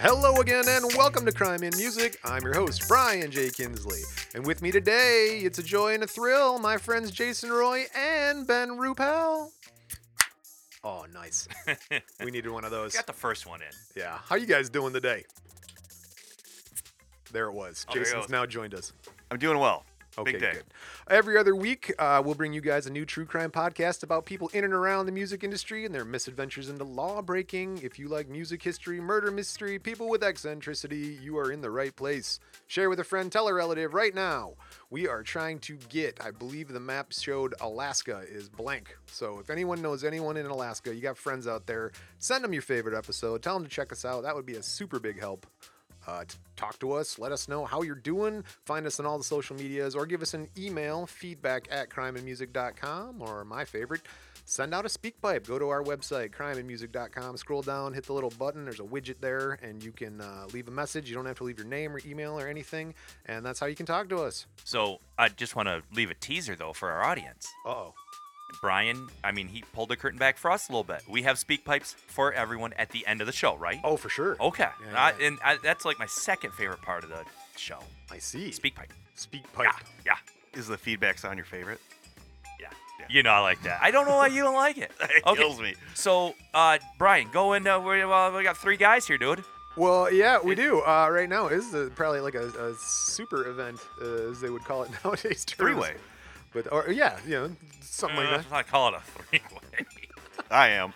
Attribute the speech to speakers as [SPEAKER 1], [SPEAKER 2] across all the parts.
[SPEAKER 1] Hello again, and welcome to Crime in Music. I'm your host, Brian J. Kinsley. And with me today, it's a joy and a thrill, my friends Jason Roy and Ben Rupel. Oh, nice. we needed one of those.
[SPEAKER 2] Got the first one in.
[SPEAKER 1] Yeah. How you guys doing today? There it was.
[SPEAKER 2] Oh, there it
[SPEAKER 1] Jason's
[SPEAKER 2] goes.
[SPEAKER 1] now joined us.
[SPEAKER 2] I'm doing well.
[SPEAKER 1] Okay,
[SPEAKER 2] Big day.
[SPEAKER 1] good. Every other week, uh, we'll bring you guys a new true crime podcast about people in and around the music industry and their misadventures into law breaking. If you like music history, murder mystery, people with eccentricity, you are in the right place. Share with a friend, tell a relative right now. We are trying to get, I believe the map showed Alaska is blank. So if anyone knows anyone in Alaska, you got friends out there, send them your favorite episode. Tell them to check us out. That would be a super big help uh, t- talk to us, let us know how you're doing. Find us on all the social medias or give us an email feedback at crimeandmusic.com or my favorite, send out a speak pipe. Go to our website, crimeandmusic.com, scroll down, hit the little button. There's a widget there and you can uh, leave a message. You don't have to leave your name or email or anything. And that's how you can talk to us.
[SPEAKER 2] So I just want to leave a teaser though for our audience.
[SPEAKER 1] Uh oh.
[SPEAKER 2] Brian, I mean, he pulled the curtain back for us a little bit. We have speak pipes for everyone at the end of the show, right?
[SPEAKER 1] Oh, for sure.
[SPEAKER 2] Okay.
[SPEAKER 1] Yeah,
[SPEAKER 2] And I-
[SPEAKER 1] yeah.
[SPEAKER 2] and I, that's like my second favorite part of the show.
[SPEAKER 1] I see.
[SPEAKER 2] Speak pipe.
[SPEAKER 1] Speak pipe.
[SPEAKER 2] Yeah.
[SPEAKER 3] Is the feedback sound your favorite?
[SPEAKER 2] Yeah. You know, I like that. I don't know why you don't like it.
[SPEAKER 3] It kills me.
[SPEAKER 2] So, uh, Brian, go in. Uh, we, well, we got three guys here, dude.
[SPEAKER 1] Well, yeah, we do. Uh, right now is the, probably like a, a super event, uh, as they would call it nowadays. terms.
[SPEAKER 3] Three-way.
[SPEAKER 1] But or yeah, you know, something
[SPEAKER 2] Uh,
[SPEAKER 1] like that.
[SPEAKER 2] I call it a three-way.
[SPEAKER 3] I am.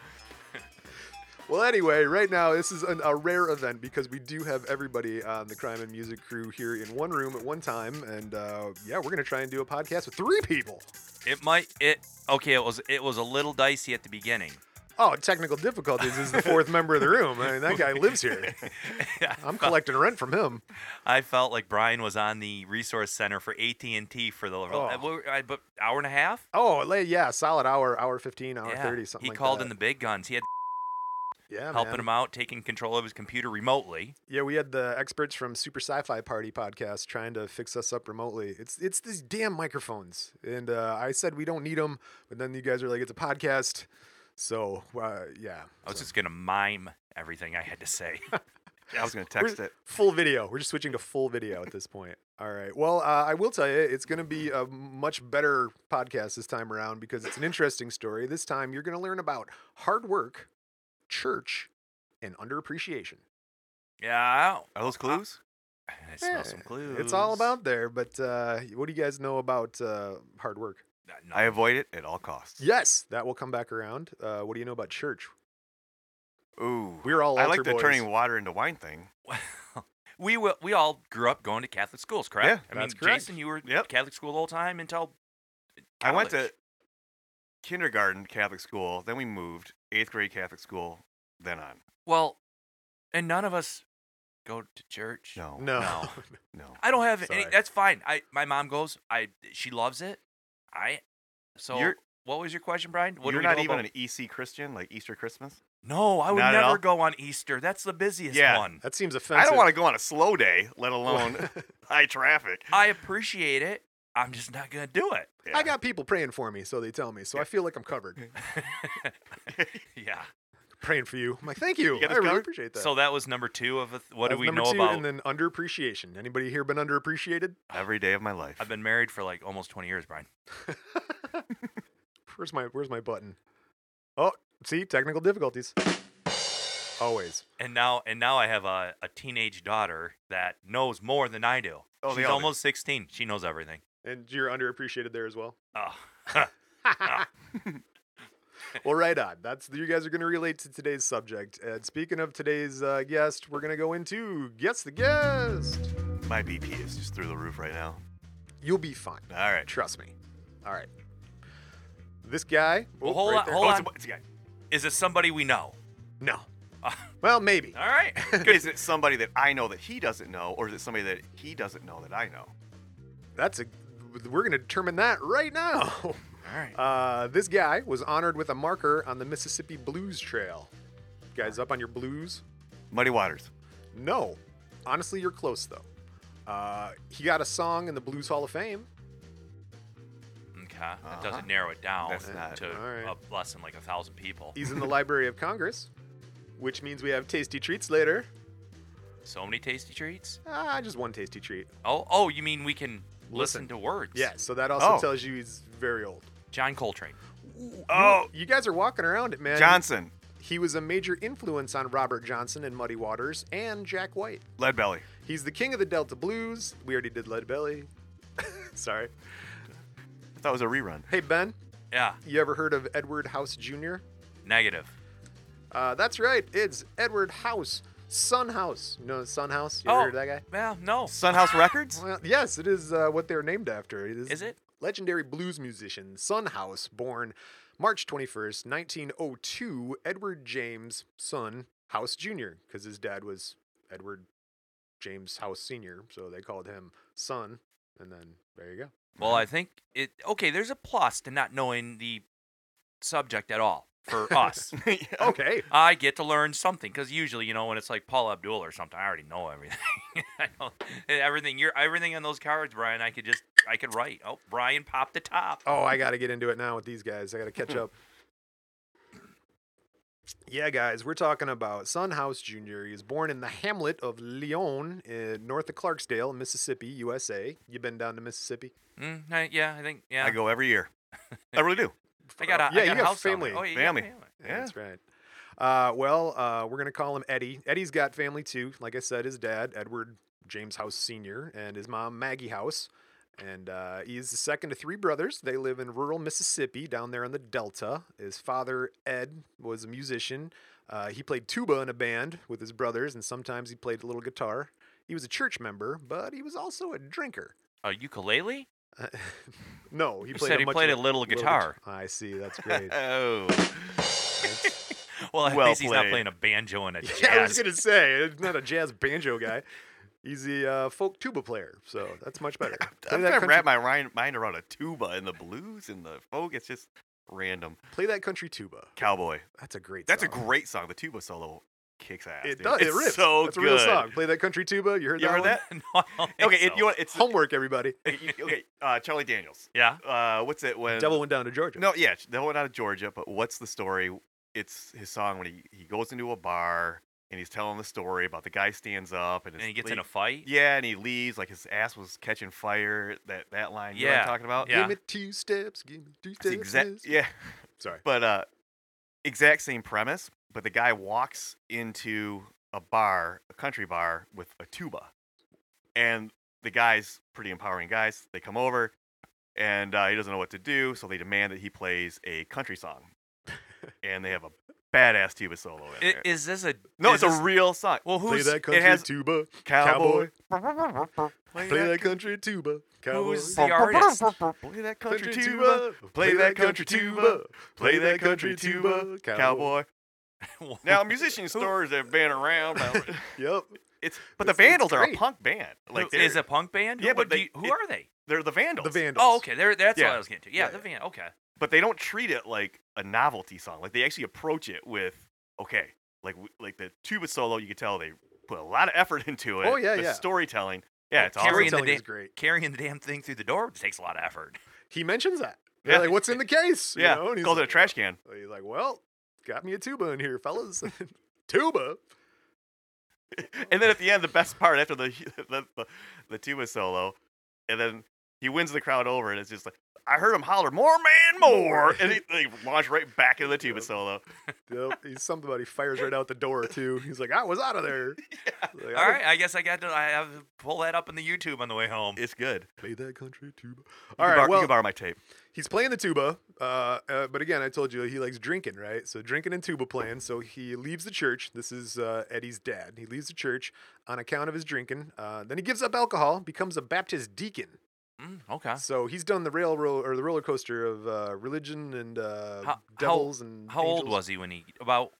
[SPEAKER 2] Mm-hmm.
[SPEAKER 1] Well, anyway, right now this is an, a rare event because we do have everybody on the crime and music crew here in one room at one time, and uh, yeah, we're gonna try and do a podcast with three people.
[SPEAKER 2] it might. It okay. It was. It was a little dicey at the beginning.
[SPEAKER 1] Oh, technical difficulties is the fourth member of the room. I mean, that guy lives here. I'm collecting rent from him.
[SPEAKER 2] I felt like Brian was on the resource center for AT and T for the uh, what- I- but hour and a half.
[SPEAKER 1] Oh, la- yeah, solid hour, hour fifteen, hour
[SPEAKER 2] yeah,
[SPEAKER 1] thirty, something.
[SPEAKER 2] he
[SPEAKER 1] like
[SPEAKER 2] called
[SPEAKER 1] that.
[SPEAKER 2] in the big guns. He had
[SPEAKER 1] yeah,
[SPEAKER 2] helping
[SPEAKER 1] man.
[SPEAKER 2] him out, taking control of his computer remotely.
[SPEAKER 1] Yeah, we had the experts from Super Sci-Fi Party podcast trying to fix us up remotely. It's it's these damn microphones, and uh, I said we don't need them, but then you guys are like, it's a podcast, so uh, yeah.
[SPEAKER 2] I was just gonna mime everything I had to say.
[SPEAKER 3] I was gonna
[SPEAKER 1] We're-
[SPEAKER 3] text it.
[SPEAKER 1] Full video. We're just switching to full video at this point. All right. Well, uh, I will tell you, it's going to be a much better podcast this time around because it's an interesting story. This time, you're going to learn about hard work, church, and underappreciation.
[SPEAKER 2] yeah,
[SPEAKER 3] Are those clues?
[SPEAKER 2] I smell
[SPEAKER 1] Eh.
[SPEAKER 2] some clues.
[SPEAKER 1] Uh, It's all about there, but uh, what do you guys know about uh, hard work?
[SPEAKER 2] Uh, no.
[SPEAKER 3] I avoid it at all costs.
[SPEAKER 1] Yes, that will come back around. Uh, what do you know about church?
[SPEAKER 3] Ooh.
[SPEAKER 1] We're all
[SPEAKER 3] I
[SPEAKER 1] altar
[SPEAKER 3] like the
[SPEAKER 1] boys.
[SPEAKER 3] turning water into wine thing.
[SPEAKER 2] we will, we all grew up going to Catholic schools, correct?
[SPEAKER 1] Yeah,
[SPEAKER 2] I mean,
[SPEAKER 1] that's correct.
[SPEAKER 2] Jason, you were
[SPEAKER 3] Yep.
[SPEAKER 2] Catholic school the whole time until
[SPEAKER 3] I went
[SPEAKER 2] college.
[SPEAKER 3] to kindergarten Catholic school, then we moved eighth grade Catholic school, then on.
[SPEAKER 2] well, and none of us go to church.
[SPEAKER 3] No.
[SPEAKER 1] No.
[SPEAKER 3] No.
[SPEAKER 2] I don't have any.
[SPEAKER 3] Sorry.
[SPEAKER 2] That's fine. I my mom goes. I she loves it. I so
[SPEAKER 3] You're-
[SPEAKER 2] what was your question, Brian? What do
[SPEAKER 3] You're
[SPEAKER 2] we
[SPEAKER 3] not
[SPEAKER 2] know
[SPEAKER 3] even
[SPEAKER 2] about-
[SPEAKER 3] an EC Christian, like Easter Christmas.
[SPEAKER 2] no, I would
[SPEAKER 3] Not at all?
[SPEAKER 2] never go on Easter. That's the busiest
[SPEAKER 3] Yeah.
[SPEAKER 2] one.
[SPEAKER 1] that seems offensive.
[SPEAKER 3] I don't want to go on a slow day, let alone high traffic.
[SPEAKER 2] I appreciate it. I'm just not gonna do it.
[SPEAKER 1] I
[SPEAKER 3] Yeah.
[SPEAKER 1] got people praying for me, so they tell me. So I feel like I'm covered.
[SPEAKER 2] yeah.
[SPEAKER 1] praying for you. I'm like, thank you.
[SPEAKER 3] You got
[SPEAKER 1] I
[SPEAKER 3] this
[SPEAKER 1] really
[SPEAKER 3] covered?
[SPEAKER 1] appreciate that.
[SPEAKER 2] So that was number two of a th- what
[SPEAKER 1] That was
[SPEAKER 2] do we
[SPEAKER 1] number
[SPEAKER 2] know
[SPEAKER 1] two,
[SPEAKER 2] about?
[SPEAKER 1] And then underappreciation. Anybody here been underappreciated?
[SPEAKER 3] every day of my life.
[SPEAKER 2] I've been married for like almost 20 years, Brian.
[SPEAKER 1] Where's my Where's my button? Oh, see, technical difficulties. Always.
[SPEAKER 2] And now and now I have a, a teenage daughter that knows more than I do.
[SPEAKER 3] Oh, they
[SPEAKER 2] She's
[SPEAKER 3] all do.
[SPEAKER 2] almost 16. She knows everything.
[SPEAKER 1] And you're underappreciated there as well.
[SPEAKER 2] Oh.
[SPEAKER 1] well, right on. That's you guys are going to relate to today's subject. And speaking of today's uh, guest, we're going to go into guess the guest.
[SPEAKER 3] my BP is just through the roof right now.
[SPEAKER 1] You'll be fine.
[SPEAKER 3] All right.
[SPEAKER 1] Trust me. All right. This guy.
[SPEAKER 2] Well,
[SPEAKER 1] Oh,
[SPEAKER 2] hold
[SPEAKER 1] right
[SPEAKER 2] on-
[SPEAKER 1] there.
[SPEAKER 2] hold
[SPEAKER 3] Oh,
[SPEAKER 1] Oh,
[SPEAKER 3] it's
[SPEAKER 2] on.
[SPEAKER 3] a, it's a guy.
[SPEAKER 2] Is it somebody we know?
[SPEAKER 1] No.
[SPEAKER 2] Uh,
[SPEAKER 1] Well, maybe.
[SPEAKER 2] all right. Good.
[SPEAKER 3] Is it somebody that I know that he doesn't know, or is it somebody that he doesn't know that I know?
[SPEAKER 1] That's a. We're gonna determine that right now.
[SPEAKER 2] All right.
[SPEAKER 1] Uh, this guy was honored with a marker on the Mississippi Blues Trail. Guys, up on your blues?
[SPEAKER 3] Muddy Waters.
[SPEAKER 1] No. Honestly, you're close though. Uh, he got a song in the Blues Hall of Fame.
[SPEAKER 2] Okay. That
[SPEAKER 3] Uh-huh.
[SPEAKER 2] doesn't narrow it down
[SPEAKER 3] That's not-
[SPEAKER 2] to
[SPEAKER 1] all right.
[SPEAKER 2] a, less than like a thousand people.
[SPEAKER 1] He's in the Library of Congress, which means we have tasty treats later.
[SPEAKER 2] So many tasty treats.
[SPEAKER 1] Ah, just one tasty treat.
[SPEAKER 2] Oh, oh, you mean we can listen,
[SPEAKER 1] Listen.
[SPEAKER 2] to words?
[SPEAKER 1] Yeah, so that also
[SPEAKER 3] Oh.
[SPEAKER 1] tells you he's very old.
[SPEAKER 2] John Coltrane.
[SPEAKER 3] Oh,
[SPEAKER 1] You guys are walking around it, man.
[SPEAKER 3] Johnson.
[SPEAKER 1] He was a major influence on Robert Johnson and Muddy Waters and Jack White.
[SPEAKER 3] Lead Belly.
[SPEAKER 1] He's the king of the Delta Blues. We already did Lead Belly. Sorry.
[SPEAKER 3] I thought it was a rerun.
[SPEAKER 1] Hey, Ben,
[SPEAKER 2] Yeah.
[SPEAKER 1] you ever heard of Edward House Jr.?
[SPEAKER 2] Negative.
[SPEAKER 1] Uh, that's right. It's Edward House. Sun House. You know Sun House? You ever
[SPEAKER 2] oh,
[SPEAKER 1] heard of that guy?
[SPEAKER 2] Yeah. No.
[SPEAKER 3] Sunhouse Records.
[SPEAKER 1] Well, yes, it is uh, what they're named after. It is,
[SPEAKER 2] Is it?
[SPEAKER 1] Legendary blues musician Sun House, born March 21st, 1902, Edward James Sun House Jr., because his dad was Edward James House Sr., so they called him Sun, and then there you go.
[SPEAKER 2] Well, I think it. Okay, there's a plus to not knowing the subject at all for us.
[SPEAKER 3] Yeah.
[SPEAKER 1] Okay.
[SPEAKER 2] I get to learn something because usually, you know, when it's like Paul Abdul or something, I already know everything. I know everything. You're everything on those cards, Brian. I could just, I could write. Oh, Brian popped the top.
[SPEAKER 1] Oh, I got to get into it now with these guys. I got to catch up. Yeah, guys, we're talking about Sun House Jr. He was born in the hamlet of Lyon, in north of Clarksdale, Mississippi, USA. You been down to Mississippi?
[SPEAKER 2] Mm, I, yeah, I think. Yeah,
[SPEAKER 3] I go every year. I really do.
[SPEAKER 2] I got a.
[SPEAKER 1] Yeah,
[SPEAKER 2] I got
[SPEAKER 1] you
[SPEAKER 2] a
[SPEAKER 1] got
[SPEAKER 2] house down there.
[SPEAKER 1] family.
[SPEAKER 2] Oh, yeah, you got
[SPEAKER 3] Family.
[SPEAKER 1] Yeah,
[SPEAKER 3] Yeah.
[SPEAKER 1] That's right. Uh, well, uh, we're going to call him Eddie. Eddie's got family too. Like I said, his dad, Edward James House Sr., and his mom, Maggie House. And uh, he is the second of three brothers. They live in rural Mississippi down there in the Delta. His father, Ed, was a musician. Uh, he played tuba in a band with his brothers, and sometimes he played a little guitar. He was a church member, but he was also a drinker.
[SPEAKER 2] A Oh, ukulele.
[SPEAKER 1] No, he
[SPEAKER 2] You
[SPEAKER 1] played.
[SPEAKER 2] said
[SPEAKER 1] a
[SPEAKER 2] he
[SPEAKER 1] much
[SPEAKER 2] played a
[SPEAKER 1] li-
[SPEAKER 2] little
[SPEAKER 1] guit-
[SPEAKER 2] guitar.
[SPEAKER 1] I see. That's great.
[SPEAKER 3] Oh.
[SPEAKER 2] Well, at
[SPEAKER 3] Well
[SPEAKER 2] least he's not
[SPEAKER 3] played.
[SPEAKER 2] playing a banjo and a jazz.
[SPEAKER 1] Yeah, I was gonna say he's not a jazz banjo guy. He's a uh, folk tuba player, so that's much better. Play
[SPEAKER 3] I'm
[SPEAKER 1] that,
[SPEAKER 3] trying to
[SPEAKER 1] country,
[SPEAKER 3] wrap my ri- mind around a tuba and the blues and the folk. It's just random.
[SPEAKER 1] play that country tuba.
[SPEAKER 3] Cowboy.
[SPEAKER 1] That's a great.
[SPEAKER 3] That's a
[SPEAKER 1] song.
[SPEAKER 3] great song. The tuba solo kicks ass.
[SPEAKER 1] It
[SPEAKER 3] dude.
[SPEAKER 1] does. It
[SPEAKER 3] It's
[SPEAKER 1] rips.
[SPEAKER 3] So
[SPEAKER 1] that's
[SPEAKER 3] good.
[SPEAKER 1] a real song. Play that country tuba. You heard
[SPEAKER 3] You
[SPEAKER 1] that?
[SPEAKER 3] heard
[SPEAKER 1] one?
[SPEAKER 3] that?
[SPEAKER 2] no, I don't think
[SPEAKER 3] Okay, it,
[SPEAKER 2] so.
[SPEAKER 3] you want it's
[SPEAKER 1] Homework, everybody.
[SPEAKER 3] you- okay. Uh, Charlie Daniels.
[SPEAKER 2] Yeah.
[SPEAKER 3] Uh, what's it when?
[SPEAKER 1] Devil went down to Georgia.
[SPEAKER 3] No, yeah, the one out of Georgia. But what's the story? It's his song when he, he goes into a bar and he's telling the story about the guy stands up and,
[SPEAKER 2] And
[SPEAKER 3] his
[SPEAKER 2] he gets
[SPEAKER 3] le-
[SPEAKER 2] in a fight.
[SPEAKER 3] yeah, and he leaves like his ass was catching fire. That that line. you know what
[SPEAKER 2] Yeah,
[SPEAKER 3] I'm talking about.
[SPEAKER 2] yeah.
[SPEAKER 1] Give me two steps. Give me two
[SPEAKER 3] It's the
[SPEAKER 1] steps.
[SPEAKER 3] exact.
[SPEAKER 1] miss.
[SPEAKER 3] Yeah,
[SPEAKER 1] Sorry.
[SPEAKER 3] but uh, exact same premise. But the guy walks into a bar, a country bar, with a tuba, and the guys, pretty empowering guys, they come over, and uh, he doesn't know what to do, so they demand that he plays a country song, and they have a badass tuba solo in
[SPEAKER 2] I-
[SPEAKER 3] there.
[SPEAKER 2] Is this a?
[SPEAKER 3] no,
[SPEAKER 2] is
[SPEAKER 3] it's
[SPEAKER 2] this-
[SPEAKER 3] a real song.
[SPEAKER 2] Well,
[SPEAKER 1] Play
[SPEAKER 2] who's?
[SPEAKER 1] that country
[SPEAKER 3] it has
[SPEAKER 1] tuba.
[SPEAKER 3] cowboy.
[SPEAKER 1] Play, that country tuba. Cowboy.
[SPEAKER 2] Who's the artist?
[SPEAKER 3] Play that country tuba. Play that country tuba. Play that country tuba. Cowboy. Now, musician stars have been around. but-
[SPEAKER 1] Yep.
[SPEAKER 3] It's but
[SPEAKER 1] It's-
[SPEAKER 3] the
[SPEAKER 1] it's
[SPEAKER 3] Vandals are a
[SPEAKER 1] great.
[SPEAKER 3] punk band.
[SPEAKER 2] Like
[SPEAKER 3] Like they're,
[SPEAKER 2] is a punk band? Who
[SPEAKER 3] Yeah, but
[SPEAKER 2] would
[SPEAKER 3] they-
[SPEAKER 2] be- who
[SPEAKER 3] it-
[SPEAKER 2] are they?
[SPEAKER 3] they're the Vandals.
[SPEAKER 1] The Vandals.
[SPEAKER 2] Oh, okay. There, that's what
[SPEAKER 3] Yeah.
[SPEAKER 2] I was getting to. Yeah,
[SPEAKER 1] Yeah,
[SPEAKER 2] the van. Okay.
[SPEAKER 3] But they don't treat it like a novelty song. Like they actually approach it with okay, like w- like the tuba solo. You can tell they put a lot of effort into it.
[SPEAKER 1] Oh, yeah,
[SPEAKER 3] the
[SPEAKER 1] yeah.
[SPEAKER 3] Storytelling. Yeah, it's awesome.
[SPEAKER 2] Carrying the
[SPEAKER 1] Storytelling is
[SPEAKER 2] da-
[SPEAKER 1] great.
[SPEAKER 2] Carrying the damn thing through the door takes a lot of effort.
[SPEAKER 1] he mentions that. They're
[SPEAKER 3] Yeah.
[SPEAKER 1] like, what's in the case? You
[SPEAKER 3] Yeah,
[SPEAKER 1] know, and he's
[SPEAKER 3] calls it a
[SPEAKER 1] like,
[SPEAKER 3] trash can.
[SPEAKER 1] "Well," He's like, well, got me a tuba in here, fellas. tuba?
[SPEAKER 3] And then at the end, the best part after the the, the, the tuba solo, and then he wins the crowd over, and it's just like I heard him holler more man more, and he, they launch right back into the tuba
[SPEAKER 1] Yep.
[SPEAKER 3] solo.
[SPEAKER 1] Yep. He's somebody fires right out the door, too. He's like, I was out of there. Like, "I
[SPEAKER 2] All right. I guess I got to. I have to pull that up on the YouTube on the way home.
[SPEAKER 3] It's good.
[SPEAKER 1] Play that country tuba.
[SPEAKER 3] You
[SPEAKER 1] All
[SPEAKER 3] can
[SPEAKER 1] right,
[SPEAKER 3] borrow- you
[SPEAKER 1] well,
[SPEAKER 3] can borrow my tape.
[SPEAKER 1] he's playing the tuba, uh, uh, but again, I told you he likes drinking, right? So drinking and tuba playing. So he leaves the church. This is uh, Eddie's dad. He leaves the church on account of his drinking. Uh, then he gives up alcohol, becomes a Baptist deacon.
[SPEAKER 2] Mm, okay.
[SPEAKER 1] So he's done the railroad or the roller coaster of uh, religion and uh,
[SPEAKER 2] How- how-
[SPEAKER 1] devils and
[SPEAKER 2] How old
[SPEAKER 1] angels.
[SPEAKER 2] was he when he about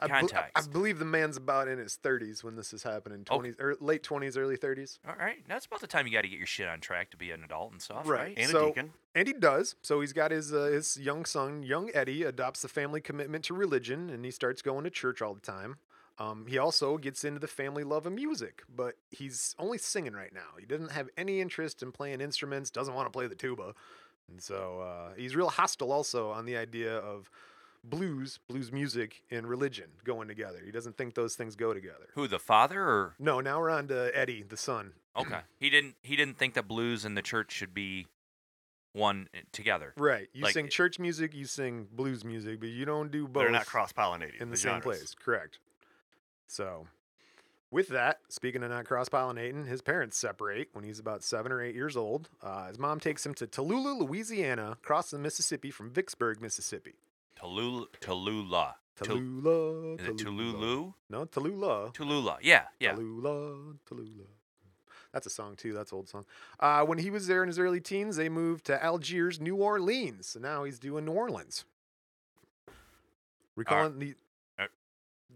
[SPEAKER 1] I, bel-
[SPEAKER 2] contacts?
[SPEAKER 1] I believe the man's about in his 30s when this is happening,
[SPEAKER 2] Oh.
[SPEAKER 1] 20s or late 20s, early 30s.
[SPEAKER 2] All right, that's about the time you got to get your shit on track to be an adult and stuff,
[SPEAKER 1] Right.
[SPEAKER 2] right?
[SPEAKER 3] And
[SPEAKER 1] So-
[SPEAKER 3] a deacon.
[SPEAKER 1] And he does. So he's got his uh, his young son, young Eddie, adopts the family commitment to religion, and he starts going to church all the time. Um, he also gets into the family love of music, but he's only singing right now. He doesn't have any interest in playing instruments. Doesn't want to play the tuba, and so uh, he's real hostile also on the idea of blues, blues music, and religion going together. He doesn't think those things go together.
[SPEAKER 2] Who the father or
[SPEAKER 1] No, now we're on to Eddie, the son.
[SPEAKER 2] okay? he didn't. He didn't think that blues and the church should be one uh, together.
[SPEAKER 1] Right. You
[SPEAKER 2] Like-
[SPEAKER 1] sing church music, you sing blues music, but you don't do both.
[SPEAKER 3] They're not cross pollinated
[SPEAKER 1] in the, same
[SPEAKER 3] genres.
[SPEAKER 1] place. Correct. So, with that, speaking of not cross pollinating, his parents separate when he's about seven or eight years old. Uh, his mom takes him to Tallulah, Louisiana, across the Mississippi from Vicksburg, Mississippi. Tul-
[SPEAKER 2] Tulula, Tulula, Tul-
[SPEAKER 1] Tallulah.
[SPEAKER 2] is it Tululu?
[SPEAKER 1] No, Tallulah.
[SPEAKER 2] Tulula, yeah, yeah.
[SPEAKER 1] Tallulah, Tallulah. That's a song too. That's an old song. Uh, when he was there in his early teens, they moved to Algiers, New Orleans. So now he's doing New Orleans. Recalling the.
[SPEAKER 2] uh,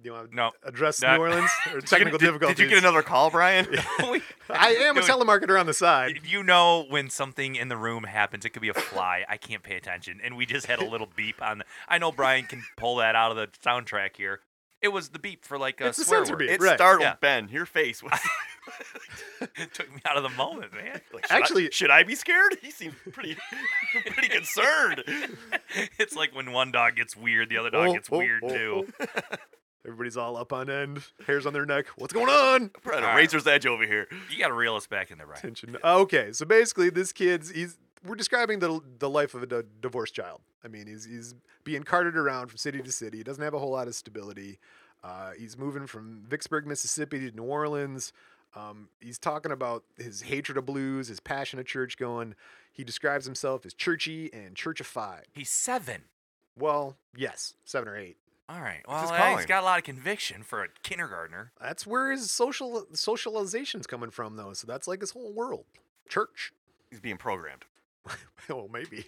[SPEAKER 1] do you want to
[SPEAKER 2] No,
[SPEAKER 1] address
[SPEAKER 2] that-
[SPEAKER 1] New Orleans or
[SPEAKER 3] Did you
[SPEAKER 1] technical
[SPEAKER 3] get- did-
[SPEAKER 1] difficulties?
[SPEAKER 3] Did you get another call, Brian?
[SPEAKER 2] We-
[SPEAKER 1] I am a
[SPEAKER 2] Dude,
[SPEAKER 1] telemarketer on the side.
[SPEAKER 2] You know when something in the room happens, it could be a fly. I can't pay attention, and we just had a little beep on. The, I know Brian can pull that out of the soundtrack here. It was the beep for like a
[SPEAKER 1] It's the
[SPEAKER 2] swear
[SPEAKER 1] censor
[SPEAKER 2] word.
[SPEAKER 1] beep.
[SPEAKER 3] It
[SPEAKER 1] Right,
[SPEAKER 3] startled
[SPEAKER 2] yeah.
[SPEAKER 3] Ben. Your face was
[SPEAKER 2] It took me out of the moment, man.
[SPEAKER 3] like, should I-
[SPEAKER 1] Actually-
[SPEAKER 3] should I be scared? He seemed pretty, pretty concerned.
[SPEAKER 2] it's like when one dog gets weird, the other dog
[SPEAKER 1] Oh,
[SPEAKER 2] gets
[SPEAKER 1] oh,
[SPEAKER 2] weird
[SPEAKER 1] oh,
[SPEAKER 2] too.
[SPEAKER 1] oh. Everybody's all up on end, hairs on their neck. What's going on?
[SPEAKER 3] Brian,
[SPEAKER 2] All
[SPEAKER 3] a
[SPEAKER 2] right.
[SPEAKER 3] razor's edge over here.
[SPEAKER 1] oh.
[SPEAKER 2] You got to reel us back in there, right?
[SPEAKER 1] Tension. Okay, so basically, this kid's he's we're describing the the life of a d- divorced child. I mean, he's he's being carted around from city to city. He doesn't have a whole lot of stability. Uh, he's moving from Vicksburg, Mississippi to New Orleans. Um, he's talking about his hatred of blues, his passion of church going. He describes himself as churchy and churchified.
[SPEAKER 2] He's seven.
[SPEAKER 1] Well, yes, seven or eight.
[SPEAKER 2] All right.
[SPEAKER 3] What's
[SPEAKER 2] Well,
[SPEAKER 3] his
[SPEAKER 2] yeah, he's
[SPEAKER 3] calling?
[SPEAKER 2] got a lot of conviction for a kindergartner.
[SPEAKER 1] That's where his social socialization's coming from, though. So that's like his whole world, church.
[SPEAKER 3] He's being programmed.
[SPEAKER 1] well, maybe.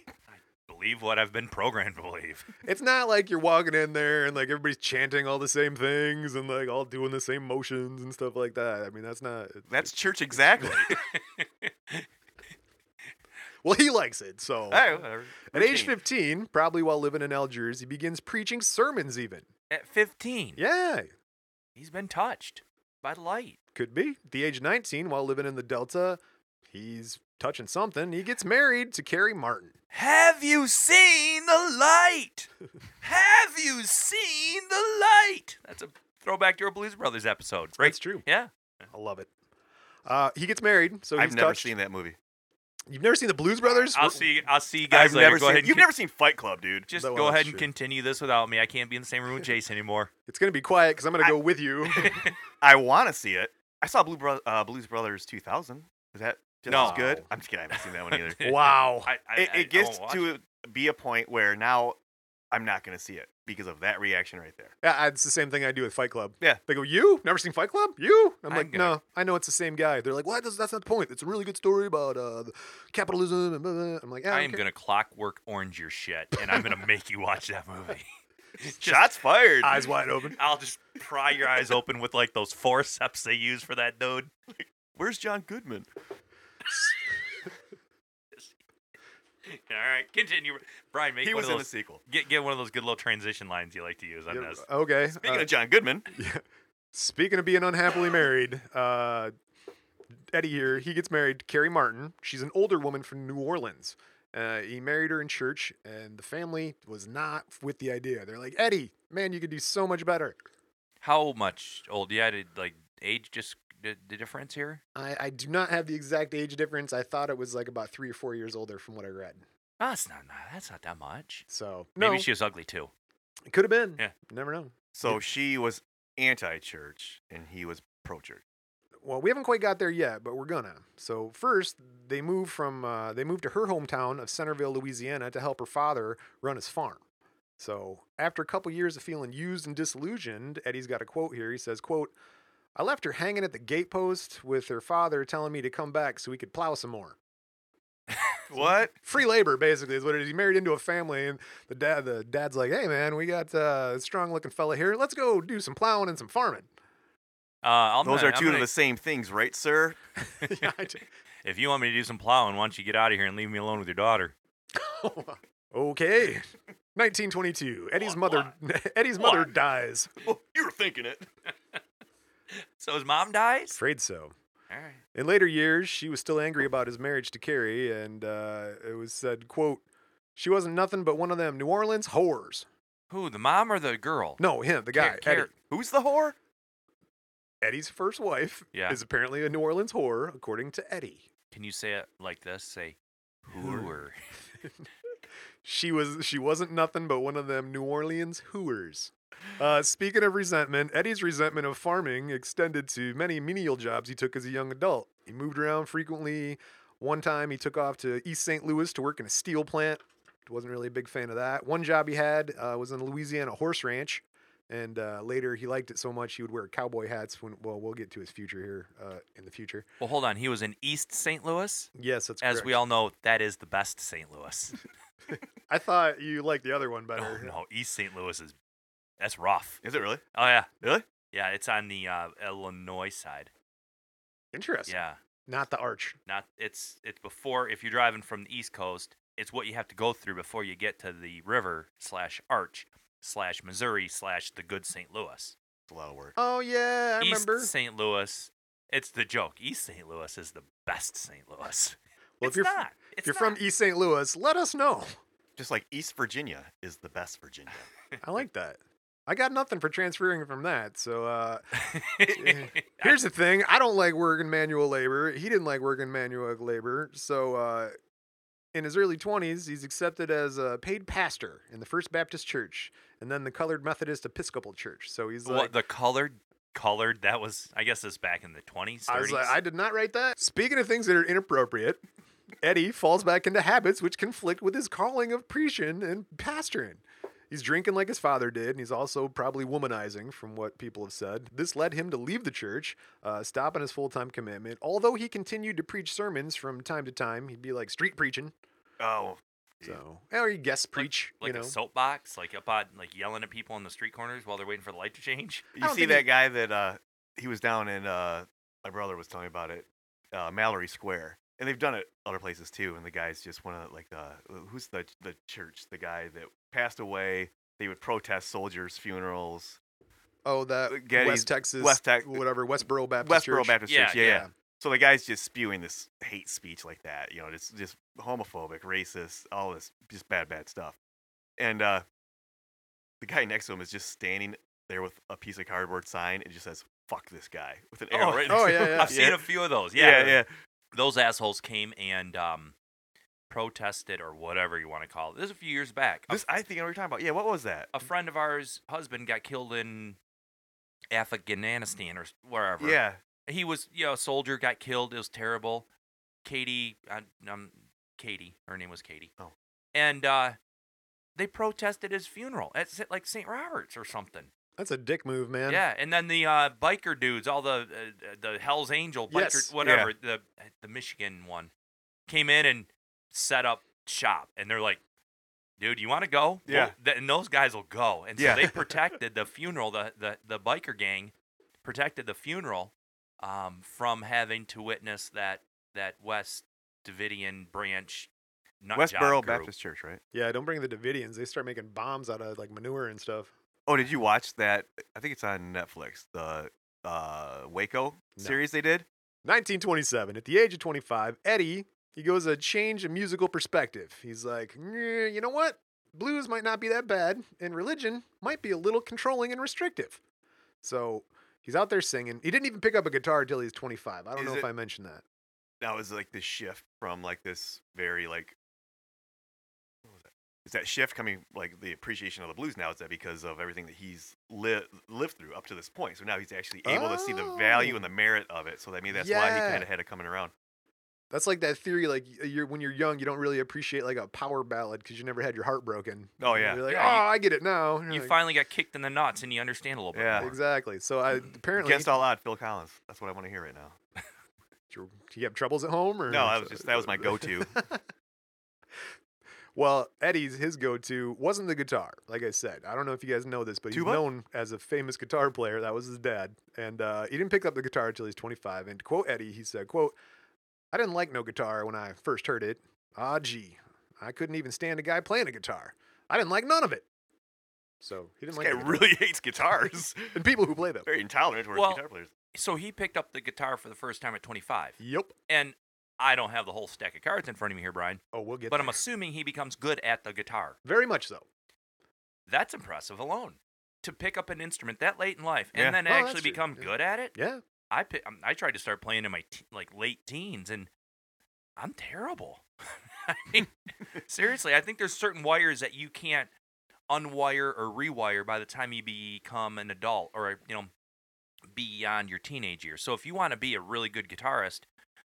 [SPEAKER 2] Believe what I've been programmed to believe.
[SPEAKER 1] It's not like you're walking in there and like everybody's chanting all the same things and like all doing the same motions and stuff like that. I mean, that's not.
[SPEAKER 3] That's church exactly.
[SPEAKER 1] Well, he likes it. So
[SPEAKER 3] Hey, whatever.
[SPEAKER 1] at age 15,
[SPEAKER 3] Routine.
[SPEAKER 1] probably while living in Algiers, he begins preaching sermons, even.
[SPEAKER 2] At 15,
[SPEAKER 1] Yeah,
[SPEAKER 2] he's been touched by the light.
[SPEAKER 1] could be. At the age of 19, while living in the Delta, he's touching something. He gets married to Carrie Martin.
[SPEAKER 2] Have you seen the light? Have you seen the light? That's a throwback to a Blues Brothers episode. Right?
[SPEAKER 1] That's true.
[SPEAKER 2] Yeah.
[SPEAKER 1] I love it. Uh, he gets married, so
[SPEAKER 3] I've
[SPEAKER 1] he's
[SPEAKER 3] never
[SPEAKER 1] touched.
[SPEAKER 3] seen that movie.
[SPEAKER 1] You've never seen the Blues Brothers?
[SPEAKER 2] I'll
[SPEAKER 1] We're-
[SPEAKER 2] see. I'll see you guys
[SPEAKER 3] I've
[SPEAKER 2] later.
[SPEAKER 3] never
[SPEAKER 2] go
[SPEAKER 3] seen.
[SPEAKER 2] ahead. And
[SPEAKER 3] you've
[SPEAKER 2] con-
[SPEAKER 3] never seen Fight Club, dude.
[SPEAKER 2] just
[SPEAKER 1] Well,
[SPEAKER 2] go
[SPEAKER 1] that's
[SPEAKER 2] ahead and
[SPEAKER 1] true.
[SPEAKER 2] continue this without me. I can't be in the same room with Jason anymore.
[SPEAKER 1] It's gonna be quiet because I'm gonna
[SPEAKER 3] I-
[SPEAKER 1] go with you.
[SPEAKER 3] I want to see it. I saw Blue Bro- uh, Blues Brothers 2000. Is that just
[SPEAKER 2] No.
[SPEAKER 3] as good? I'm just kidding. I haven't seen that one either.
[SPEAKER 1] wow.
[SPEAKER 2] I, I,
[SPEAKER 3] it,
[SPEAKER 2] I- I
[SPEAKER 3] it gets
[SPEAKER 2] won't watch
[SPEAKER 3] to be a point where now I'm not going to see it because of that reaction right there.
[SPEAKER 1] Yeah, I- it's the same thing I do with Fight Club.
[SPEAKER 3] Yeah.
[SPEAKER 1] They go, "You never seen Fight Club? You?" I'm,
[SPEAKER 2] I'm
[SPEAKER 1] like,
[SPEAKER 2] gonna-
[SPEAKER 1] "No, I know it's the same guy." They're like, "Well, that's, that's not the point. It's a really good story about uh, the capitalism." And blah, blah. blah." I'm like, "Ah, yeah,
[SPEAKER 2] I
[SPEAKER 1] don't
[SPEAKER 2] am
[SPEAKER 1] care."
[SPEAKER 2] gonna clockwork orange your shit, and I'm gonna make you watch that movie. Just-
[SPEAKER 3] Shots fired.
[SPEAKER 1] eyes wide open."
[SPEAKER 2] I'll just pry your eyes open with like those forceps they use for that dude.
[SPEAKER 3] Where's John Goodman?
[SPEAKER 2] All right, continue, Brian. Make
[SPEAKER 3] He
[SPEAKER 2] one
[SPEAKER 3] was
[SPEAKER 2] of
[SPEAKER 3] in the
[SPEAKER 2] those.
[SPEAKER 3] sequel.
[SPEAKER 2] Get get one of those good little transition lines you like to use on
[SPEAKER 1] Yeah,
[SPEAKER 2] this.
[SPEAKER 1] okay.
[SPEAKER 3] Speaking
[SPEAKER 1] uh,
[SPEAKER 3] of John Goodman,
[SPEAKER 1] Speaking of being unhappily married, uh, Eddie here, he gets married to Carrie Martin. She's an older woman from New Orleans. Uh, he married her in church, and the family was not with the idea. They're like, Eddie, man, you could do so much better.
[SPEAKER 2] How much old? Yeah, did like age just the, the difference here?
[SPEAKER 1] I, I do not have the exact age difference. I thought it was like about three or four years older from what I read.
[SPEAKER 2] Oh, it's not. That's not that much.
[SPEAKER 1] So no,
[SPEAKER 2] Maybe she was ugly too.
[SPEAKER 1] it could have been.
[SPEAKER 2] Yeah.
[SPEAKER 1] never know.
[SPEAKER 3] so she was anti-church and he was pro-church.
[SPEAKER 1] Well, we haven't quite got there yet, but we're gonna. So first, they move from uh, they moved to her hometown of Centerville, Louisiana, to help her father run his farm. So after a couple years of feeling used and disillusioned, Eddie's got a quote here. He says, "quote I left her hanging at the gatepost with her father telling me to come back so we could plow some more."
[SPEAKER 3] What?
[SPEAKER 1] Free labor, basically, is what it is. He married into a family, and the dad, the dad's like, "Hey, man, we got uh, a strong-looking fella here. Let's go do some plowing and some farming."
[SPEAKER 2] Uh, I'm
[SPEAKER 3] Those
[SPEAKER 2] gonna-
[SPEAKER 3] are
[SPEAKER 2] I'm
[SPEAKER 3] 2
[SPEAKER 2] gonna-
[SPEAKER 3] of the same things, right, sir?
[SPEAKER 1] Yeah, I do.
[SPEAKER 2] If you want me to do some plowing, why don't you get out of here and leave me alone with your daughter? Oh,
[SPEAKER 1] okay. 1922. Eddie's
[SPEAKER 2] What,
[SPEAKER 1] mother. Eddie's mother
[SPEAKER 2] What?
[SPEAKER 1] dies.
[SPEAKER 3] Well, you were thinking it.
[SPEAKER 2] So his mom dies.
[SPEAKER 1] Afraid so.
[SPEAKER 2] All right.
[SPEAKER 1] In later years, she was still angry about his marriage to Carrie, and uh, it was said, "quote She wasn't nothing but one of them New Orleans whores."
[SPEAKER 2] Who? The mom or the girl?
[SPEAKER 1] No, him, the guy,
[SPEAKER 2] Car- Car-
[SPEAKER 1] Eddie.
[SPEAKER 3] Who's the whore?
[SPEAKER 1] Eddie's first wife
[SPEAKER 2] Yeah.
[SPEAKER 1] is apparently a New Orleans whore, according to Eddie.
[SPEAKER 2] Can you say it like this? Say, whore.
[SPEAKER 1] She was she wasn't nothing but one of them New Orleans hooers. Uh, speaking of resentment, Eddie's resentment of farming extended to many menial jobs he took as a young adult. He moved around frequently. One time he took off to East St. Louis to work in a steel plant. Wasn't really a big fan of that. One job he had uh, was in a Louisiana horse ranch. And uh, later he liked it so much he would wear cowboy hats. When well, we'll get to his future here uh, in the future.
[SPEAKER 2] Well, hold on. He was in East St. Louis.
[SPEAKER 1] Yes, that's
[SPEAKER 2] As
[SPEAKER 1] correct.
[SPEAKER 2] we all know, that is the best St. Louis.
[SPEAKER 1] I thought you liked the other one
[SPEAKER 2] oh
[SPEAKER 1] better.
[SPEAKER 2] no, East St. Louis is that's rough.
[SPEAKER 3] Is it really?
[SPEAKER 2] Oh yeah,
[SPEAKER 3] Really?
[SPEAKER 2] yeah. It's on the uh, Illinois side.
[SPEAKER 1] Interesting.
[SPEAKER 2] Yeah,
[SPEAKER 1] Not the arch.
[SPEAKER 2] not it's it's before if you're driving from the East Coast, it's what you have to go through before you get to the river slash arch slash Missouri slash the good St. Louis.
[SPEAKER 3] It's a lot of work.
[SPEAKER 1] Oh yeah, I
[SPEAKER 2] East
[SPEAKER 1] remember.
[SPEAKER 2] St. Louis. It's the joke. East St. Louis is the best St. Louis.
[SPEAKER 1] Well, if
[SPEAKER 2] it's
[SPEAKER 1] you're f-
[SPEAKER 2] not. It's
[SPEAKER 1] If you're from
[SPEAKER 2] not.
[SPEAKER 1] East St. Louis, let us know.
[SPEAKER 3] Just like East Virginia is the best Virginia.
[SPEAKER 1] I like that. I got nothing for transferring from that. So uh, eh, here's the thing: I don't like working manual labor. He didn't like working manual labor. So uh, in his early 20s, he's accepted as a paid pastor in the First Baptist Church and then the Colored Methodist Episcopal Church. So he's like,
[SPEAKER 2] what the colored colored that was I guess this back in the 20s. 30s.
[SPEAKER 1] I was like, I did not write that. Speaking of things that are inappropriate, Eddie falls back into habits which conflict with his calling of preaching and pastoring. He's drinking like his father did, and he's also probably womanizing, from what people have said. This led him to leave the church, uh, stop on his full time commitment. Although he continued to preach sermons from time to time, he'd be like street preaching.
[SPEAKER 3] Oh,
[SPEAKER 1] So, or he guest preach,
[SPEAKER 2] like
[SPEAKER 1] you know.
[SPEAKER 2] a soapbox, like up on like yelling at people on the street corners while they're waiting for the light to change.
[SPEAKER 3] you
[SPEAKER 1] don't
[SPEAKER 3] see
[SPEAKER 1] think
[SPEAKER 3] that
[SPEAKER 1] it-
[SPEAKER 3] guy that uh, he was down in. Uh, my brother was telling me about it. Uh, Mallory Square, and they've done it other places too. And the guy's just one of the, like uh, who's the the church? The guy that passed away. They would protest soldiers' funerals.
[SPEAKER 1] oh, that
[SPEAKER 3] Getty-
[SPEAKER 1] West Texas,
[SPEAKER 3] West Tex-
[SPEAKER 1] whatever, Westboro Baptist
[SPEAKER 3] Westboro
[SPEAKER 1] Church.
[SPEAKER 3] Baptist
[SPEAKER 2] Yeah,
[SPEAKER 3] Church. Yeah,
[SPEAKER 2] yeah.
[SPEAKER 3] yeah, So the guy's just spewing this hate speech like that. You know, it's just homophobic, racist, all this just bad, bad stuff. And uh, the guy next to him is just standing there with a piece of cardboard sign and just says "fuck this guy" with an arrow.
[SPEAKER 2] Oh,
[SPEAKER 3] right
[SPEAKER 1] oh,
[SPEAKER 3] next to
[SPEAKER 1] yeah,
[SPEAKER 3] him.
[SPEAKER 1] yeah.
[SPEAKER 2] I've seen a few of those.
[SPEAKER 3] Yeah,
[SPEAKER 2] Yeah,
[SPEAKER 3] yeah. yeah.
[SPEAKER 2] Those assholes came and um, protested or whatever you want to call it. This is a few years back. A,
[SPEAKER 3] This, I think I know what you're talking about. Yeah, what was that?
[SPEAKER 2] a friend of ours' husband got killed in Afghanistan or s- wherever.
[SPEAKER 3] Yeah,
[SPEAKER 2] he was you know a soldier got killed it was terrible katie I, um, katie her name was katie
[SPEAKER 3] Oh.
[SPEAKER 2] and uh they protested his funeral at s- like st robert's or something
[SPEAKER 1] That's a dick move, man.
[SPEAKER 2] yeah and then the uh biker dudes all the uh, the hell's angel biker
[SPEAKER 1] Yes.
[SPEAKER 2] whatever the the michigan one came in and set up shop and they're like Dude, you want to go?
[SPEAKER 3] Yeah.
[SPEAKER 2] th- and those guys will go. And so
[SPEAKER 3] Yeah.
[SPEAKER 2] they protected the funeral. The, the the biker gang protected the funeral um, from having to witness that that West Davidian branch nut job
[SPEAKER 3] Westboro
[SPEAKER 2] group.
[SPEAKER 3] Baptist Church, right?
[SPEAKER 1] Yeah, don't bring the Davidians. They start making bombs out of like manure and stuff.
[SPEAKER 3] Oh, did you watch that? I think it's on Netflix. The uh, Waco
[SPEAKER 1] No.
[SPEAKER 3] series they did.
[SPEAKER 1] 1927, at the age of 25, Eddie, he goes a change of musical perspective. He's like, "Nah, you know what? Blues might not be that bad, and religion might be a little controlling and restrictive. So he's out there singing. He didn't even pick up a guitar until he's 25. I don't
[SPEAKER 3] Is
[SPEAKER 1] know if
[SPEAKER 3] it-
[SPEAKER 1] I mentioned that.
[SPEAKER 3] that was like this shift from like this very like what was that? is that shift coming like the appreciation of the blues now is that because of everything that he's li- lived through up to this point so now he's actually able to see the value and the merit of it so that mean that's why
[SPEAKER 1] Yeah.
[SPEAKER 3] he kind of had it coming around
[SPEAKER 1] That's like that theory, like y- you're when you're young, you don't really appreciate like a power ballad because you never had your heart broken.
[SPEAKER 3] Oh, yeah.
[SPEAKER 1] you're like,
[SPEAKER 2] Yeah, you-
[SPEAKER 1] oh, I get it now. You're
[SPEAKER 2] You
[SPEAKER 1] like,
[SPEAKER 2] finally got kicked in the nuts, and you understand a little bit.
[SPEAKER 3] Yeah. Mm-hmm.
[SPEAKER 2] more.
[SPEAKER 1] exactly. So I apparently,
[SPEAKER 3] against all odds phil collins that's what i want to hear right now
[SPEAKER 1] do you have troubles at home, or
[SPEAKER 3] no that was just that was my go-to
[SPEAKER 1] Well, Eddie's his go-to wasn't the guitar. Like I said, I don't know if you guys know this, but
[SPEAKER 3] Tuba?
[SPEAKER 1] he's known as a famous guitar player. That was his dad, and uh, he didn't pick up the guitar until he's 25. And to quote Eddie, he said, "quote I didn't like no guitar when I first heard it. Ah, gee, I couldn't even stand a guy playing a guitar. I didn't like none of it." So he didn't
[SPEAKER 3] This
[SPEAKER 1] like
[SPEAKER 3] guy
[SPEAKER 1] the guitar.
[SPEAKER 3] really hates guitars.
[SPEAKER 1] and people who play them.
[SPEAKER 3] Very intolerant towards
[SPEAKER 2] Well-
[SPEAKER 3] guitar players.
[SPEAKER 2] So he picked up the guitar for the first time at 25.
[SPEAKER 1] Yep.
[SPEAKER 2] And I don't have the whole stack of cards in front of me here, Brian,
[SPEAKER 1] Oh, we'll get.
[SPEAKER 2] but
[SPEAKER 1] there.
[SPEAKER 2] I'm assuming he becomes good at the guitar.
[SPEAKER 1] very much so.
[SPEAKER 2] That's impressive alone. To pick up an instrument that late in life and
[SPEAKER 3] Yeah.
[SPEAKER 2] then
[SPEAKER 1] Oh, that's
[SPEAKER 2] actually
[SPEAKER 1] true.
[SPEAKER 2] become
[SPEAKER 1] Yeah.
[SPEAKER 2] good at it.
[SPEAKER 1] Yeah.
[SPEAKER 2] I pi- um, I tried to start playing in my te- like late teens, and I'm terrible. I mean, seriously, I think there's certain wires that you can't unwire or rewire by the time you become an adult, or you know, beyond your teenage years. So if you want to be a really good guitarist,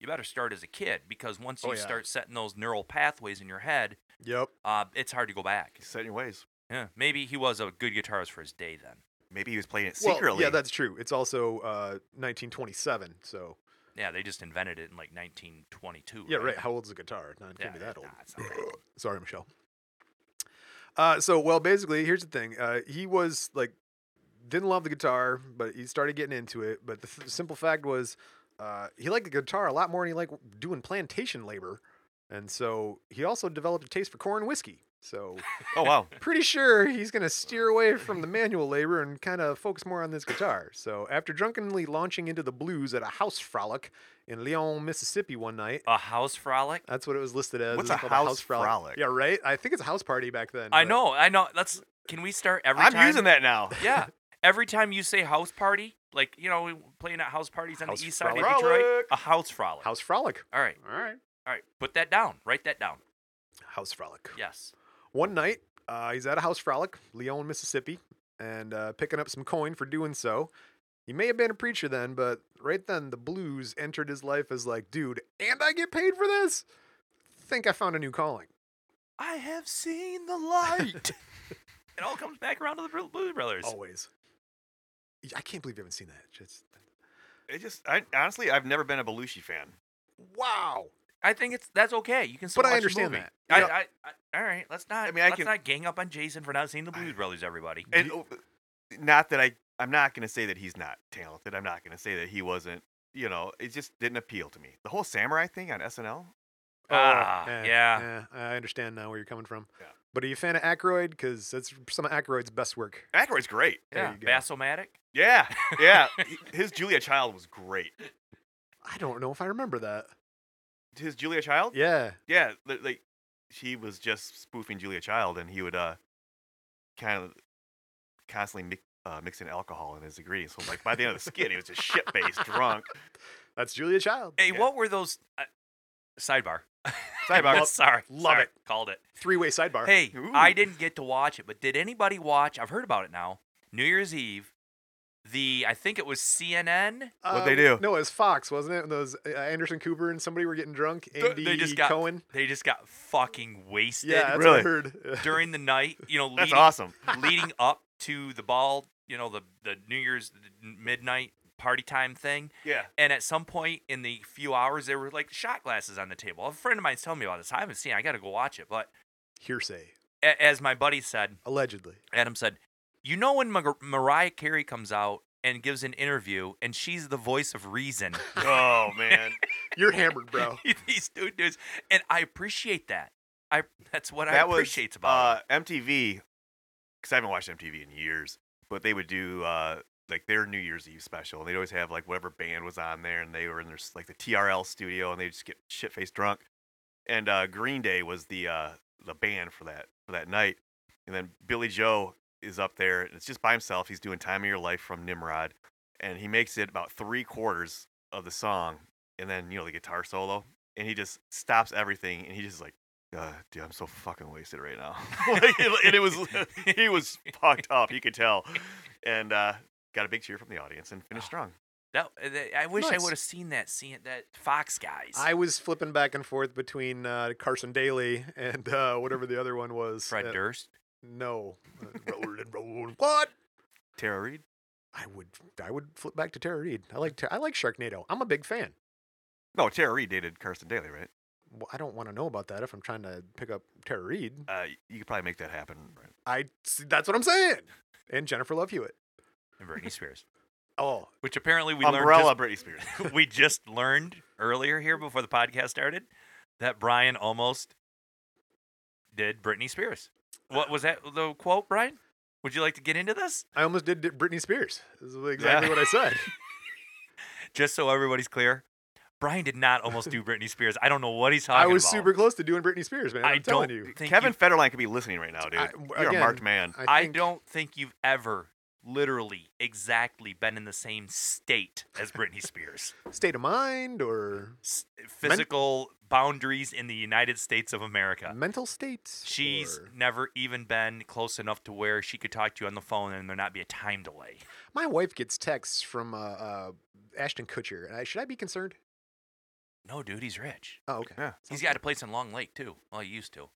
[SPEAKER 2] you better start as a kid because once
[SPEAKER 1] Oh,
[SPEAKER 2] you
[SPEAKER 1] yeah.
[SPEAKER 2] start setting those neural pathways in your head,
[SPEAKER 1] Yep.
[SPEAKER 2] uh, it's hard to go back.
[SPEAKER 3] He's set in your ways.
[SPEAKER 2] Yeah, maybe he was a good guitarist for his day then.
[SPEAKER 3] Maybe he was playing it
[SPEAKER 1] Well,
[SPEAKER 3] secretly.
[SPEAKER 1] yeah, that's true. It's also uh, 1927, so
[SPEAKER 2] Yeah, they just invented it in like 1922.
[SPEAKER 1] yeah, right. How old's a guitar? Not it
[SPEAKER 2] Yeah,
[SPEAKER 1] can't be that old.
[SPEAKER 2] nah, it's not that old.
[SPEAKER 1] Sorry, Michelle. Uh, so well, basically, here's the thing. Uh, he was like, didn't love the guitar, but he started getting into it. But the th- simple fact was, uh, he liked the guitar a lot more than he liked doing plantation labor, and so he also developed a taste for corn whiskey. So
[SPEAKER 3] oh wow.
[SPEAKER 1] pretty sure he's going to steer away from the manual labor and kind of focus more on this guitar. So, after drunkenly launching into the blues at a house frolic in Lyon, Mississippi one night,
[SPEAKER 2] A house frolic?
[SPEAKER 1] that's what it was listed as.
[SPEAKER 3] What's
[SPEAKER 1] It was
[SPEAKER 3] a
[SPEAKER 1] called
[SPEAKER 3] house frolic?
[SPEAKER 1] Yeah, right? I think it's a house party back then.
[SPEAKER 2] I
[SPEAKER 1] but-
[SPEAKER 2] know, I know. Let's. Can we start every
[SPEAKER 3] I'm
[SPEAKER 2] time?
[SPEAKER 3] using that now.
[SPEAKER 2] Yeah. Every time you say house party, like you know, we playing at house parties on
[SPEAKER 1] House
[SPEAKER 2] the east side
[SPEAKER 1] frolic.
[SPEAKER 2] of Detroit,
[SPEAKER 3] Frolic.
[SPEAKER 2] a house frolic.
[SPEAKER 1] House frolic.
[SPEAKER 2] All right,
[SPEAKER 1] All right.
[SPEAKER 2] all right. Put that down. Write that down.
[SPEAKER 1] House frolic.
[SPEAKER 2] Yes.
[SPEAKER 1] One night, uh, he's at a house frolic, Lyon, Mississippi, and uh, picking up some coin for doing so. He may have been a preacher then, but right then the blues entered his life as like, dude, and I get paid for this? Think I found a new calling.
[SPEAKER 2] I have seen the light. it all comes back around to the Blues Blues Brothers.
[SPEAKER 1] Always. Y- I can't believe you haven't seen that. Just
[SPEAKER 3] It just I honestly I've never been a Belushi fan.
[SPEAKER 1] wow. Oh,
[SPEAKER 2] I think it's that's okay. You can still.
[SPEAKER 1] But I
[SPEAKER 2] watch the
[SPEAKER 1] understand
[SPEAKER 2] movie.
[SPEAKER 1] that.
[SPEAKER 2] I,
[SPEAKER 1] Yeah.
[SPEAKER 2] I, I, all right. Let's not.
[SPEAKER 3] I mean, I
[SPEAKER 2] let's
[SPEAKER 3] can-
[SPEAKER 2] not gang up on Jason for not seeing the Blues Brothers. Everybody.
[SPEAKER 3] And oh, not that I I'm not gonna say that he's not talented. I'm not gonna say that he wasn't. You know, it just didn't appeal to me. The whole samurai thing on SNL.
[SPEAKER 2] Ah,
[SPEAKER 1] eh,
[SPEAKER 2] yeah.
[SPEAKER 1] eh, I understand now where you're coming from.
[SPEAKER 3] Yeah.
[SPEAKER 1] But are you a fan of Aykroyd? Because that's some of Aykroyd's best work.
[SPEAKER 3] Aykroyd's great.
[SPEAKER 1] there
[SPEAKER 2] yeah.
[SPEAKER 1] you go.
[SPEAKER 2] Bassomatic.
[SPEAKER 3] Yeah, yeah. He- His Julia Child was great.
[SPEAKER 1] I don't know if I remember that.
[SPEAKER 3] His Julia
[SPEAKER 2] Oh.
[SPEAKER 3] Child.
[SPEAKER 1] Yeah.
[SPEAKER 3] yeah, li- like she was just spoofing Julia Child, and he would uh kind of constantly mix, uh, mixing alcohol in his ingredients. So like by the end of the skit, he was just shit faced, drunk.
[SPEAKER 1] That's Julia Child.
[SPEAKER 2] Hey,
[SPEAKER 3] Yeah.
[SPEAKER 2] what were those? Uh, sidebar.
[SPEAKER 3] Sidebar.
[SPEAKER 2] sorry.
[SPEAKER 1] love
[SPEAKER 2] sorry,
[SPEAKER 1] it.
[SPEAKER 2] Called it.
[SPEAKER 1] Three way sidebar.
[SPEAKER 2] Hey,
[SPEAKER 3] Ooh.
[SPEAKER 2] I didn't get to watch it, but did anybody watch? I've heard about it now. New Year's Eve, the I think it was CNN.
[SPEAKER 3] What'd they do?
[SPEAKER 1] Um, No, it was Fox, wasn't it? Those uh, Anderson Cooper and somebody were getting drunk.
[SPEAKER 2] Th-
[SPEAKER 1] Andy
[SPEAKER 2] they just got
[SPEAKER 1] Cohen.
[SPEAKER 2] They just got fucking wasted
[SPEAKER 1] Yeah, that's what I
[SPEAKER 3] Really?
[SPEAKER 1] heard.
[SPEAKER 2] during the night. You know,
[SPEAKER 3] That's
[SPEAKER 2] leading,
[SPEAKER 3] awesome.
[SPEAKER 2] leading up to the ball. You know, the the New Year's midnight party time thing.
[SPEAKER 3] Yeah,
[SPEAKER 2] And at some point in the few hours, there were like shot glasses on the table. A friend of mine's telling me about this. I haven't seen. it. I got to go watch it. But
[SPEAKER 1] Hearsay,
[SPEAKER 2] a- as my buddy said,
[SPEAKER 1] allegedly.
[SPEAKER 2] Adam said, "You know when Mar- Mariah Carey comes out and gives an interview, and she's the voice of reason."
[SPEAKER 3] Oh man,
[SPEAKER 1] You're hammered, bro.
[SPEAKER 2] These two dudes, and I appreciate that. I that's what I
[SPEAKER 3] that was
[SPEAKER 2] appreciate about
[SPEAKER 3] uh, MTV. Because I haven't watched MTV in years, but they would do uh like their New Year's Eve special. and They'd always have like whatever band was on there, and they were in their s- like the TRL studio, and they just get shit faced drunk. And uh, Green Day was the uh the band for that for that night. And then Billy Joe is up there, and it's just by himself. He's doing "Time of Your Life" from Nimrod, and he makes it about three quarters of the song, and then you know the guitar solo, and he just stops everything, and he just like, uh, "Dude, I'm so fucking wasted right now." Like, and and it was he was fucked up, you could tell, and uh, got a big cheer from the audience and finished strong.
[SPEAKER 2] that. that- I wish I
[SPEAKER 1] Nice.
[SPEAKER 2] would have seen that. Seeing that Fox guys,
[SPEAKER 1] I was flipping back and forth between uh, Carson Daly and uh, whatever the other one was.
[SPEAKER 2] Fred
[SPEAKER 1] Uh,
[SPEAKER 2] Durst.
[SPEAKER 1] No. Uh, Rolling, rolling. What?
[SPEAKER 3] Tara Reid,
[SPEAKER 1] I would I would flip back to Tara Reid. I like Tara, I like Sharknado. I'm a big fan.
[SPEAKER 3] no, Tara Reid dated Carson Daly, right?
[SPEAKER 1] Well, I don't want to know about that if I'm trying to pick up Tara Reid.
[SPEAKER 3] Uh, you could probably make that happen. Right.
[SPEAKER 1] I see, that's what I'm saying. And Jennifer Love Hewitt.
[SPEAKER 2] and Britney Spears,
[SPEAKER 1] Oh,
[SPEAKER 2] which apparently we
[SPEAKER 3] Umbrella
[SPEAKER 2] learned
[SPEAKER 3] Britney Spears.
[SPEAKER 2] just, we just learned earlier here before the podcast started that Brian almost did Britney Spears. What was that the quote, Brian? Would you like to get into this?
[SPEAKER 1] I almost did Britney Spears. This is exactly
[SPEAKER 3] Yeah.
[SPEAKER 1] what I said.
[SPEAKER 2] Just so everybody's clear, Brian did not almost do Britney Spears. I don't know what he's talking
[SPEAKER 1] I
[SPEAKER 2] about.
[SPEAKER 1] was super close to doing Britney Spears, man. I'm
[SPEAKER 2] I
[SPEAKER 1] telling
[SPEAKER 2] don't
[SPEAKER 1] you.
[SPEAKER 2] think
[SPEAKER 3] Kevin
[SPEAKER 2] you-
[SPEAKER 3] Federline could be listening right now, dude.
[SPEAKER 1] I-
[SPEAKER 3] You're
[SPEAKER 1] again,
[SPEAKER 3] a marked man.
[SPEAKER 2] I,
[SPEAKER 1] think-
[SPEAKER 2] don't think you've ever literally exactly been in the same state as Britney Spears.
[SPEAKER 1] State of mind or
[SPEAKER 2] S- Physical boundaries in the United States of America.
[SPEAKER 1] mental states.
[SPEAKER 2] She's
[SPEAKER 1] or-
[SPEAKER 2] never even been close enough to where she could talk to you on the phone and there not be a time delay.
[SPEAKER 1] My wife gets texts from uh, uh, Ashton Kutcher. and I- Should I be concerned?
[SPEAKER 2] No, dude, he's rich.
[SPEAKER 1] Oh, okay.
[SPEAKER 3] Yeah.
[SPEAKER 2] He's got a place in Long Lake too. Well, he used to.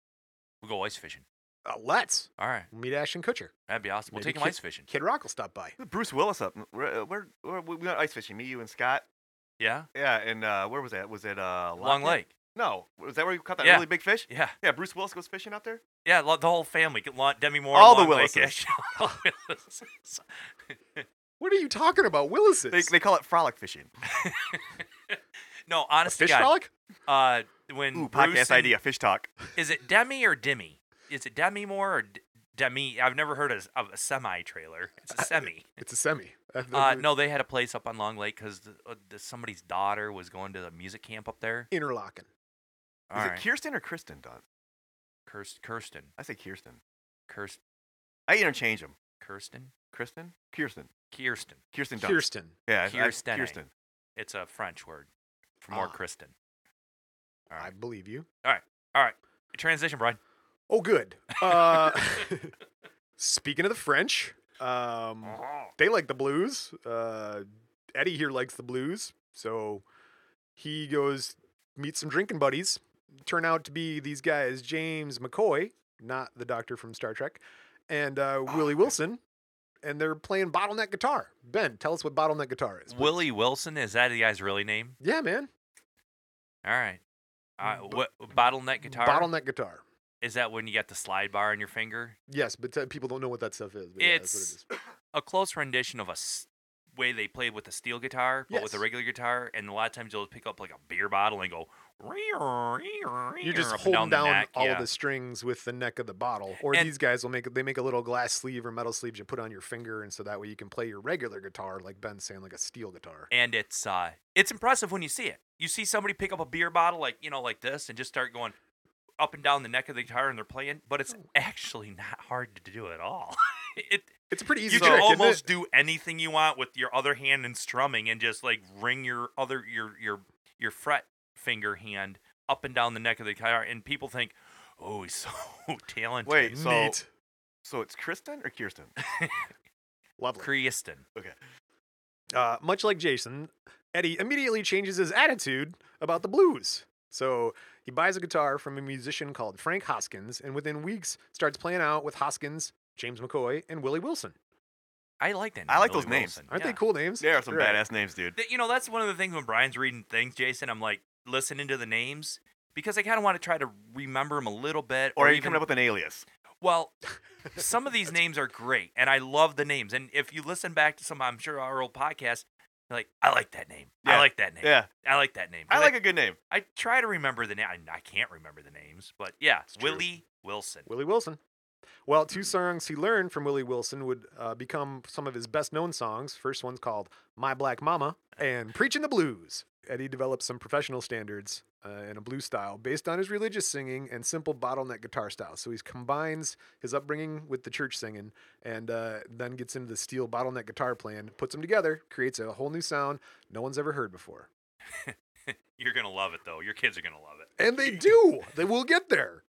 [SPEAKER 2] We'll go ice fishing.
[SPEAKER 1] Uh, let's
[SPEAKER 2] All right,
[SPEAKER 1] meet Ashton Kutcher.
[SPEAKER 2] that'd be awesome. We'll
[SPEAKER 1] Maybe
[SPEAKER 2] take him
[SPEAKER 1] Kid-
[SPEAKER 2] ice fishing.
[SPEAKER 1] Kid Rock will stop by.
[SPEAKER 3] Bruce Willis up. We're, we're, we're, we went ice fishing. Me, you, and Scott.
[SPEAKER 2] Yeah,
[SPEAKER 3] Yeah, and uh, where was that? Was it uh,
[SPEAKER 2] Long
[SPEAKER 3] Lockheed?
[SPEAKER 2] Lake.
[SPEAKER 3] No, was that where you caught that
[SPEAKER 2] Yeah.
[SPEAKER 3] really big fish?
[SPEAKER 2] Yeah,
[SPEAKER 3] Yeah, Bruce Willis goes fishing out there.
[SPEAKER 2] yeah. lo- The whole family. Lo- Demi Moore.
[SPEAKER 3] All the
[SPEAKER 2] Long Lake,
[SPEAKER 3] Willises.
[SPEAKER 2] All the Willises.
[SPEAKER 1] What are you talking about, Willis's?
[SPEAKER 3] They, they call it frolic fishing.
[SPEAKER 2] No,
[SPEAKER 1] a
[SPEAKER 2] honestly,
[SPEAKER 1] fish frolic?
[SPEAKER 2] Uh, when
[SPEAKER 3] Ooh,
[SPEAKER 2] Bruce
[SPEAKER 3] podcast
[SPEAKER 2] and-
[SPEAKER 3] idea, fish talk.
[SPEAKER 2] Is it Demi or Demi? Is it Demi Moore or D- Demi? I've never heard of, of a semi trailer. It's a semi.
[SPEAKER 1] It's a semi.
[SPEAKER 2] Uh, no, they had a place up on Long Lake because uh, the- somebody's daughter was going to the music camp up there.
[SPEAKER 1] Interlocking.
[SPEAKER 2] All
[SPEAKER 3] Is
[SPEAKER 2] right.
[SPEAKER 3] it Kirsten or Kristen? Don?
[SPEAKER 2] Kirst- Kirsten.
[SPEAKER 3] I say Kirsten.
[SPEAKER 2] Kirst-
[SPEAKER 3] I interchange them.
[SPEAKER 2] Kirsten?
[SPEAKER 3] Kristen, Kirsten,
[SPEAKER 2] Kirsten.
[SPEAKER 3] Kirsten Dunst.
[SPEAKER 1] Kirsten.
[SPEAKER 3] Yeah, I- I-
[SPEAKER 2] Kirsten.
[SPEAKER 3] Kirsten.
[SPEAKER 2] It's a French word for more
[SPEAKER 1] Ah.
[SPEAKER 2] Kristen. All
[SPEAKER 1] I
[SPEAKER 2] right.
[SPEAKER 1] believe you.
[SPEAKER 2] All right. Transition, Brian.
[SPEAKER 1] Oh, good. Uh, speaking of the French, um, they like the blues. Uh, Eddie here likes the blues, so he goes meet some drinking buddies. Turn out to be these guys: James McCoy, not the doctor from Star Trek, and uh,
[SPEAKER 2] Oh,
[SPEAKER 1] Willie Wilson, and they're playing bottleneck guitar. Ben, tell us what bottleneck guitar is.
[SPEAKER 2] Willie Wilson. Is that the guy's really name?
[SPEAKER 1] Yeah, man.
[SPEAKER 2] All right. Uh,
[SPEAKER 1] Bu-
[SPEAKER 2] what bottleneck guitar?
[SPEAKER 1] Mm, Bottleneck guitar.
[SPEAKER 2] Is that when you got the slide bar on your finger?
[SPEAKER 1] Yes, but uh, people don't know what that stuff is. But yeah, that's what it
[SPEAKER 2] It's-
[SPEAKER 1] is.
[SPEAKER 2] A close rendition of a s- way they played with a steel guitar, but with a
[SPEAKER 1] Yes.
[SPEAKER 2] regular guitar. And a lot of times you'll pick up like a beer bottle and go. You're
[SPEAKER 1] You're just holding down, all
[SPEAKER 2] yeah.
[SPEAKER 1] of the strings with the neck of the bottle. Or
[SPEAKER 2] And-
[SPEAKER 1] these guys will make they make a little glass sleeve or metal sleeve you put on your finger, and so that way you can play your regular guitar, like Ben's saying, like a steel guitar.
[SPEAKER 2] and it's uh it's impressive when you see it. You see somebody pick up a beer bottle like you know like this and just start going up and down the neck of the guitar and they're playing, but it's
[SPEAKER 1] Oh.
[SPEAKER 2] actually not hard to do at all. it
[SPEAKER 1] It's a pretty easy
[SPEAKER 2] you
[SPEAKER 1] trick.
[SPEAKER 2] can
[SPEAKER 1] isn't it?
[SPEAKER 2] almost do anything you want with your other hand and strumming and just like ring your other your your your fret finger hand up and down the neck of the guitar and people think, "Oh, he's so talented."
[SPEAKER 3] Wait, so
[SPEAKER 1] Neat.
[SPEAKER 3] so it's Kristen or Kirsten?
[SPEAKER 1] Lovely.
[SPEAKER 2] Kristen.
[SPEAKER 3] Okay.
[SPEAKER 1] Uh, much like Jason, Eddie immediately changes his attitude about the blues. So he buys a guitar from a musician called Frank Hoskins, and within weeks starts playing out with Hoskins, James McCoy, and Willie Wilson.
[SPEAKER 2] I like that.
[SPEAKER 3] I like
[SPEAKER 2] Willie
[SPEAKER 3] those names.
[SPEAKER 2] Wilson.
[SPEAKER 1] Aren't
[SPEAKER 2] Yeah.
[SPEAKER 1] they cool names?
[SPEAKER 3] There are some
[SPEAKER 1] You're right.
[SPEAKER 3] badass names, dude.
[SPEAKER 2] Th- you know, that's one of the things when Brian's reading things, Jason. I'm like listening to the names because I kind of want to try to remember them a little bit.
[SPEAKER 3] Or are you
[SPEAKER 2] even,
[SPEAKER 3] coming up with an alias?
[SPEAKER 2] well, some of these names are great, and I love the names. And if you listen back to some, I'm sure our old podcast, you're like I like that name. I
[SPEAKER 3] Yeah.
[SPEAKER 2] like that name.
[SPEAKER 3] Yeah,
[SPEAKER 2] I like that name.
[SPEAKER 3] I
[SPEAKER 2] 'Cause
[SPEAKER 3] like a good name.
[SPEAKER 2] I try to remember the name. I, I can't remember the names, but yeah,
[SPEAKER 1] It's true.
[SPEAKER 2] Willie Wilson.
[SPEAKER 1] Willie Wilson. Well, two songs he learned from Willie Wilson would uh, become some of his best known songs. First one's called My Black Mama and Preachin' the Blues. Eddie developed some professional standards uh, in a blues style based on his religious singing and simple bottleneck guitar style. So he combines his upbringing with the church singing and uh, then gets into the steel bottleneck guitar playing, puts them together, creates a whole new sound no one's ever heard before.
[SPEAKER 2] You're gonna love it though. Your kids are gonna love it.
[SPEAKER 1] And they do. They will get there.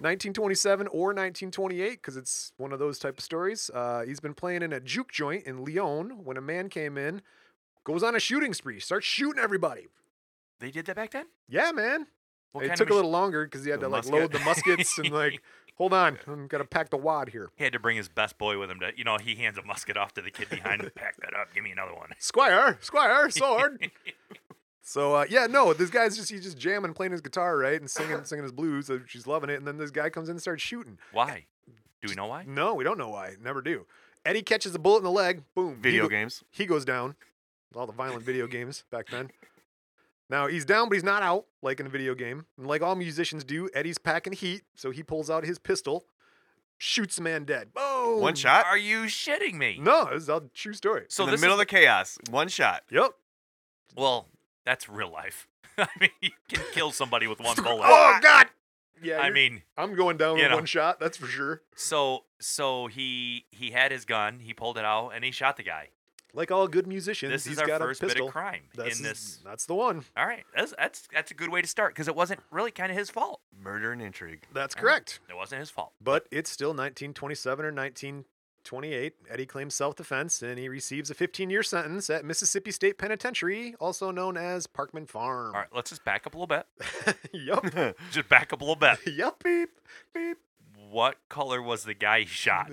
[SPEAKER 1] 1927 or 1928, because it's one of those type of stories. Uh, he's been playing in a juke joint in Lyon when a man came in, goes on a shooting spree, starts shooting everybody.
[SPEAKER 2] They did that back then.
[SPEAKER 1] Yeah, man.
[SPEAKER 2] What
[SPEAKER 1] it
[SPEAKER 2] kind
[SPEAKER 1] took
[SPEAKER 2] of
[SPEAKER 1] a
[SPEAKER 2] mach-
[SPEAKER 1] little longer because he had
[SPEAKER 3] The
[SPEAKER 1] to like
[SPEAKER 3] musket.
[SPEAKER 1] load the muskets and like, hold on, I'm gonna pack the wad here.
[SPEAKER 2] He had to bring his best boy with him to, you know, he hands a musket off to the kid behind him. Pack that up. Give me another one.
[SPEAKER 1] Squire, Squire, sword. So uh, yeah, no, this guy's just he's just jamming, playing his guitar, right, and singing singing his blues. So she's loving it, and then this guy comes in and starts shooting.
[SPEAKER 2] Why? Do we know why?
[SPEAKER 1] No, we don't know why. Never do. Eddie catches a bullet in the leg. Boom.
[SPEAKER 3] Video
[SPEAKER 1] he go-
[SPEAKER 3] games.
[SPEAKER 1] He goes down. All the violent video games back then. Now he's down, but he's not out like in a video game. And like all musicians do, Eddie's packing heat, so he pulls out his pistol, shoots a man dead. Boom.
[SPEAKER 3] One shot
[SPEAKER 2] Are you shitting me?
[SPEAKER 1] No, this is a true story.
[SPEAKER 2] So
[SPEAKER 3] in the
[SPEAKER 2] this
[SPEAKER 3] middle
[SPEAKER 2] is,
[SPEAKER 3] of the chaos. One shot.
[SPEAKER 1] Yep.
[SPEAKER 2] well, that's real life. I mean, you can kill somebody with one bullet.
[SPEAKER 1] Oh God. Yeah.
[SPEAKER 2] I
[SPEAKER 1] you're-
[SPEAKER 2] mean,
[SPEAKER 1] I'm going down
[SPEAKER 2] you
[SPEAKER 1] with
[SPEAKER 2] know.
[SPEAKER 1] one shot. That's for sure.
[SPEAKER 2] so so he he had his gun, he pulled it out, and he shot the guy.
[SPEAKER 1] Like all good musicians,
[SPEAKER 2] This
[SPEAKER 1] he's
[SPEAKER 2] is our
[SPEAKER 1] got
[SPEAKER 2] first
[SPEAKER 1] a
[SPEAKER 2] bit
[SPEAKER 1] pistol.
[SPEAKER 2] of crime
[SPEAKER 1] That's-
[SPEAKER 2] in this.
[SPEAKER 1] That's the one.
[SPEAKER 2] All right, that's that's that's a good way to start because it wasn't really kind of his fault.
[SPEAKER 3] Murder and intrigue.
[SPEAKER 1] That's
[SPEAKER 2] All right.
[SPEAKER 1] correct.
[SPEAKER 2] It wasn't his fault.
[SPEAKER 1] But it's still 1927 or 1928. Eddie claims self defense and he receives a 15 year sentence at Mississippi State Penitentiary, also known as Parkman Farm.
[SPEAKER 2] All right, let's just back up a little bit.
[SPEAKER 1] yup.
[SPEAKER 2] Just back up a little bit.
[SPEAKER 1] yup. Beep. Beep.
[SPEAKER 2] What color was the guy he shot?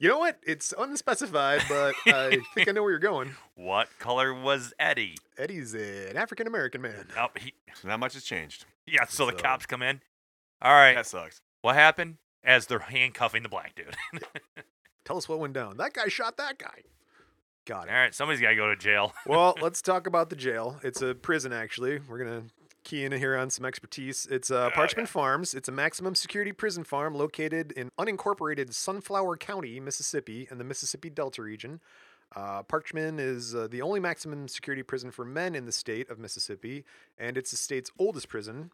[SPEAKER 1] You know what? It's unspecified, but I think I know where you're going.
[SPEAKER 2] What color was Eddie?
[SPEAKER 1] Eddie's an African American man.
[SPEAKER 2] Oh, he,
[SPEAKER 3] So not much has changed.
[SPEAKER 2] yeah, so the
[SPEAKER 3] So-
[SPEAKER 2] cops come in. All right,
[SPEAKER 3] That sucks.
[SPEAKER 2] what happened? As they're handcuffing the black dude.
[SPEAKER 1] Tell us what went down. That guy shot that guy. Got
[SPEAKER 2] All
[SPEAKER 1] it.
[SPEAKER 2] right, somebody's got to go to jail.
[SPEAKER 1] well, let's talk about the jail. It's a prison, actually. We're gonna key in here on some expertise. It's uh, Parchment Farms. It's a maximum security prison farm located in unincorporated Sunflower County, Mississippi, in the Mississippi Delta region. Uh, Parchman is uh, the only maximum security prison for men in the state of Mississippi, and it's the state's oldest prison.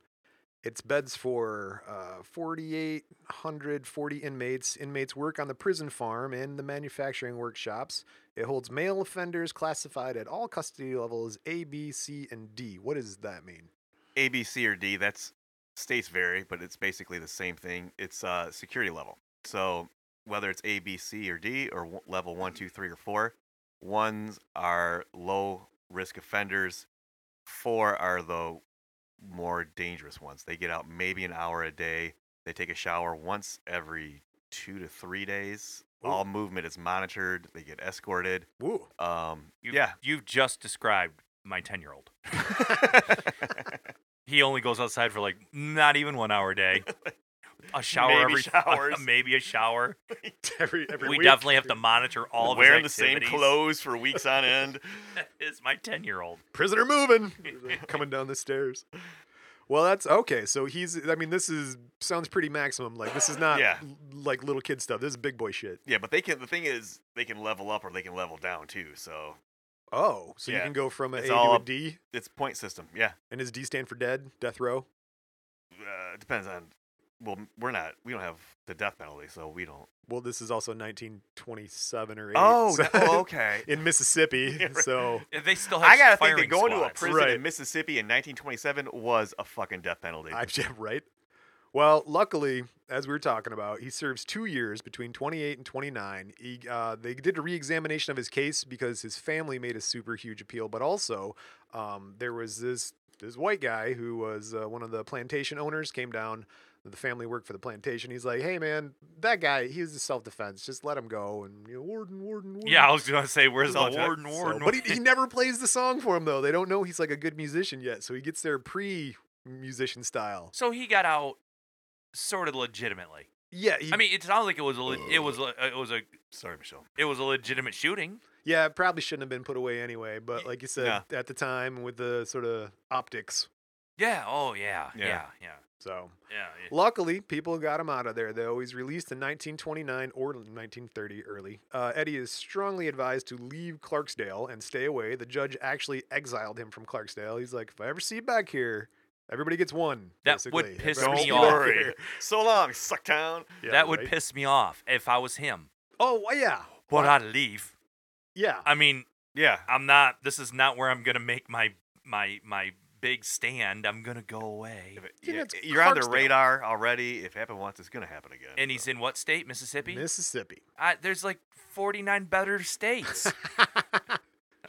[SPEAKER 1] It's beds for uh, 4,840 inmates. Inmates work on the prison farm and the manufacturing workshops. It holds male offenders classified at all custody levels A, B, C, and D. What does that mean?
[SPEAKER 3] A, B, C, or D. That's states vary, but it's basically the same thing. It's uh, security level. So whether it's A, B, C, or D, or w- level one, two, three, or four, ones are low risk offenders. Four are the more dangerous ones. They get out maybe an hour a day. They take a shower once every two to three days.
[SPEAKER 1] Ooh.
[SPEAKER 3] All movement is monitored. They get escorted.
[SPEAKER 1] Ooh.
[SPEAKER 3] Um,
[SPEAKER 2] You,
[SPEAKER 3] yeah.
[SPEAKER 2] You've just described my 10 year old. He only goes outside for like not even one hour a day. A shower
[SPEAKER 3] Maybe
[SPEAKER 2] every
[SPEAKER 3] showers.
[SPEAKER 2] maybe a shower.
[SPEAKER 1] Every, every
[SPEAKER 2] we
[SPEAKER 1] week.
[SPEAKER 2] definitely have to monitor all of
[SPEAKER 3] Wearing the
[SPEAKER 2] his
[SPEAKER 3] same clothes for weeks on end.
[SPEAKER 2] Is my 10 year old.
[SPEAKER 1] prisoner moving coming down the stairs. Well, that's okay. So he's, I mean, this is, sounds pretty maximum. Like, this is not
[SPEAKER 3] Yeah.
[SPEAKER 1] l- like little kid stuff. This is big boy shit.
[SPEAKER 3] Yeah, but they can. The thing is, they can level up or they can level down too. So
[SPEAKER 1] Oh, so you
[SPEAKER 3] Yeah.
[SPEAKER 1] can go from an A
[SPEAKER 3] It's
[SPEAKER 1] to
[SPEAKER 3] all
[SPEAKER 1] a
[SPEAKER 3] up-
[SPEAKER 1] D,
[SPEAKER 3] it's point system. Yeah,
[SPEAKER 1] and is D stand for dead, death row?
[SPEAKER 3] uh, it depends on. Well, m- we're not. We don't have the death penalty, so we don't.
[SPEAKER 1] Well, this is also 1927 or 8.
[SPEAKER 3] Oh,
[SPEAKER 1] so-
[SPEAKER 3] no- oh, okay.
[SPEAKER 1] in Mississippi.
[SPEAKER 3] Yeah, right.
[SPEAKER 1] So
[SPEAKER 2] They still have
[SPEAKER 3] I gotta think
[SPEAKER 2] firing
[SPEAKER 3] that going to a
[SPEAKER 2] squads.
[SPEAKER 3] prison
[SPEAKER 1] Right.
[SPEAKER 3] in Mississippi in 1927 was a fucking death penalty.
[SPEAKER 1] I, yeah, right. Well, luckily, as we were talking about, he serves two years between 28 and 29. He, uh, they did a re-examination of his case because his family made a super huge appeal, but also um, there was this this white guy who was uh, one of the plantation owners came down. The family worked for the plantation. He's like, "Hey, man, that guy, he was a self-defense. Just let him go." And you know, warden, warden, warden.
[SPEAKER 2] Yeah, I was gonna say, where's the
[SPEAKER 3] So it's-
[SPEAKER 2] warden?
[SPEAKER 1] So-
[SPEAKER 2] Warden,
[SPEAKER 1] but he, he never plays the song for him though. They don't know he's like a good musician yet, so he gets there pre-musician style.
[SPEAKER 2] So he got out sort of legitimately.
[SPEAKER 1] Yeah, he,
[SPEAKER 2] I mean, it sounds like it was a le- it was a, it was a
[SPEAKER 3] Sorry, Michelle.
[SPEAKER 2] it was a legitimate shooting.
[SPEAKER 1] yeah, it probably shouldn't have been put away anyway. But
[SPEAKER 2] Y-
[SPEAKER 1] like you said, at the time with the sort of optics,
[SPEAKER 2] Yeah. Oh yeah.
[SPEAKER 3] Yeah.
[SPEAKER 2] Yeah. Yeah. Yeah.
[SPEAKER 1] so
[SPEAKER 2] yeah.
[SPEAKER 1] Luckily, people got him out of there, though. He's released in 1929 or 1930 early. Uh, Eddie is strongly advised to leave Clarksdale and stay away. The judge actually exiled him from Clarksdale. He's like, if I ever see you back here, everybody gets one.
[SPEAKER 2] That would
[SPEAKER 1] basically. If I
[SPEAKER 2] piss
[SPEAKER 1] ever
[SPEAKER 2] me
[SPEAKER 1] see you
[SPEAKER 3] Don't
[SPEAKER 1] back
[SPEAKER 2] off.
[SPEAKER 3] worry.
[SPEAKER 1] here."
[SPEAKER 3] so long, Sucktown.
[SPEAKER 1] Yeah,
[SPEAKER 2] that would
[SPEAKER 1] right?
[SPEAKER 2] piss me off if I was him.
[SPEAKER 1] Oh, well, yeah.
[SPEAKER 2] But I'd leave.
[SPEAKER 1] Yeah.
[SPEAKER 2] I mean,
[SPEAKER 3] Yeah.
[SPEAKER 2] I'm not. This is not where I'm gonna make my my my big stand. I'm gonna go away.
[SPEAKER 3] If it-
[SPEAKER 1] Yeah,
[SPEAKER 3] yeah,
[SPEAKER 1] it's
[SPEAKER 3] you're on their
[SPEAKER 1] Clarksdale.
[SPEAKER 3] radar already. If it happened once, it's gonna happen again.
[SPEAKER 2] And he's in what state? Mississippi.
[SPEAKER 1] Mississippi.
[SPEAKER 2] I, there's like 49 better states. I'm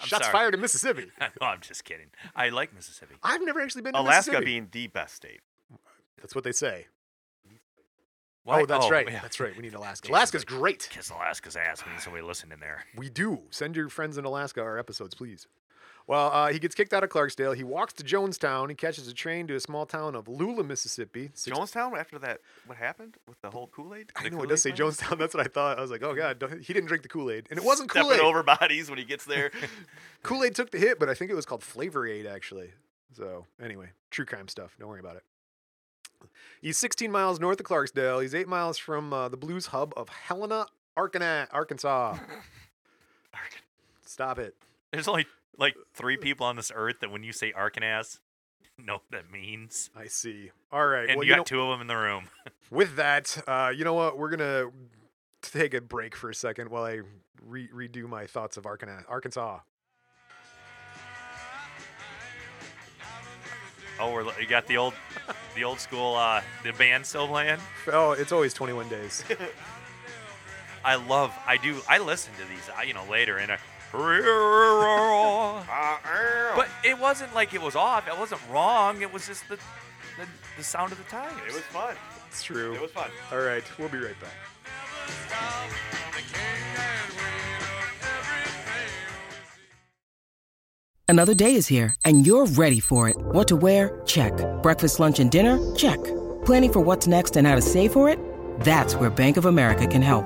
[SPEAKER 1] Shots
[SPEAKER 2] sorry.
[SPEAKER 1] fired in Mississippi.
[SPEAKER 2] no, I'm just kidding. I like Mississippi.
[SPEAKER 1] I've never actually been to
[SPEAKER 3] Alaska
[SPEAKER 1] Mississippi.
[SPEAKER 3] being the best state.
[SPEAKER 1] That's what they say.
[SPEAKER 2] Why-
[SPEAKER 1] Oh, that's right.
[SPEAKER 2] yeah.
[SPEAKER 1] That's right. We need Alaska.
[SPEAKER 2] Jason's
[SPEAKER 1] Alaska's
[SPEAKER 2] like,
[SPEAKER 1] great.
[SPEAKER 2] Kiss Alaska's ass. We need somebody listening there.
[SPEAKER 1] We do. Send your friends in Alaska our episodes, please. Well, uh, he gets kicked out of Clarksdale. He walks to Jonestown. He catches a train to a small town of Lula, Mississippi. Six-
[SPEAKER 3] Jonestown after that, what happened with the whole Kool Aid?
[SPEAKER 1] I know it does say Jonestown. That's what I thought. I was like, oh god, don't- he didn't drink the Kool Aid, and it wasn't Kool
[SPEAKER 3] Stepping
[SPEAKER 1] Aid.
[SPEAKER 3] over bodies when he gets there.
[SPEAKER 1] Kool Aid took the hit, but I think it was called Flavor Aid actually. So anyway, true crime stuff. Don't worry about it. He's 16 miles north of Clarksdale. He's eight miles from uh, the blues hub of Helena, Arcana, Arkansas. Stop it.
[SPEAKER 2] There's only like three people on this earth that when you say Arkansas, know what that means.
[SPEAKER 1] I see. All right.
[SPEAKER 2] And
[SPEAKER 1] well,
[SPEAKER 2] you
[SPEAKER 1] you
[SPEAKER 2] got
[SPEAKER 1] know,
[SPEAKER 2] two of them in the room.
[SPEAKER 1] with that, uh, you know what? We're gonna take a break for a second while I re- redo my thoughts of Arcana, Arkansas.
[SPEAKER 2] Oh, we're, you got the old, the old school, uh, the band still playing.
[SPEAKER 1] Oh, it's always 21 days.
[SPEAKER 2] I love, I do, I listen to these, I, you know, later and I, but it wasn't like it was off. It wasn't wrong. It was just the, the, the sound of the times.
[SPEAKER 3] It was fun.
[SPEAKER 1] It's true.
[SPEAKER 3] It was fun.
[SPEAKER 1] All right, we'll be right back.
[SPEAKER 4] Another day is here, and you're ready for it. What to wear? Check. Breakfast, lunch, and dinner? Check. Planning for what's next and how to save for it? That's where Bank of America can help.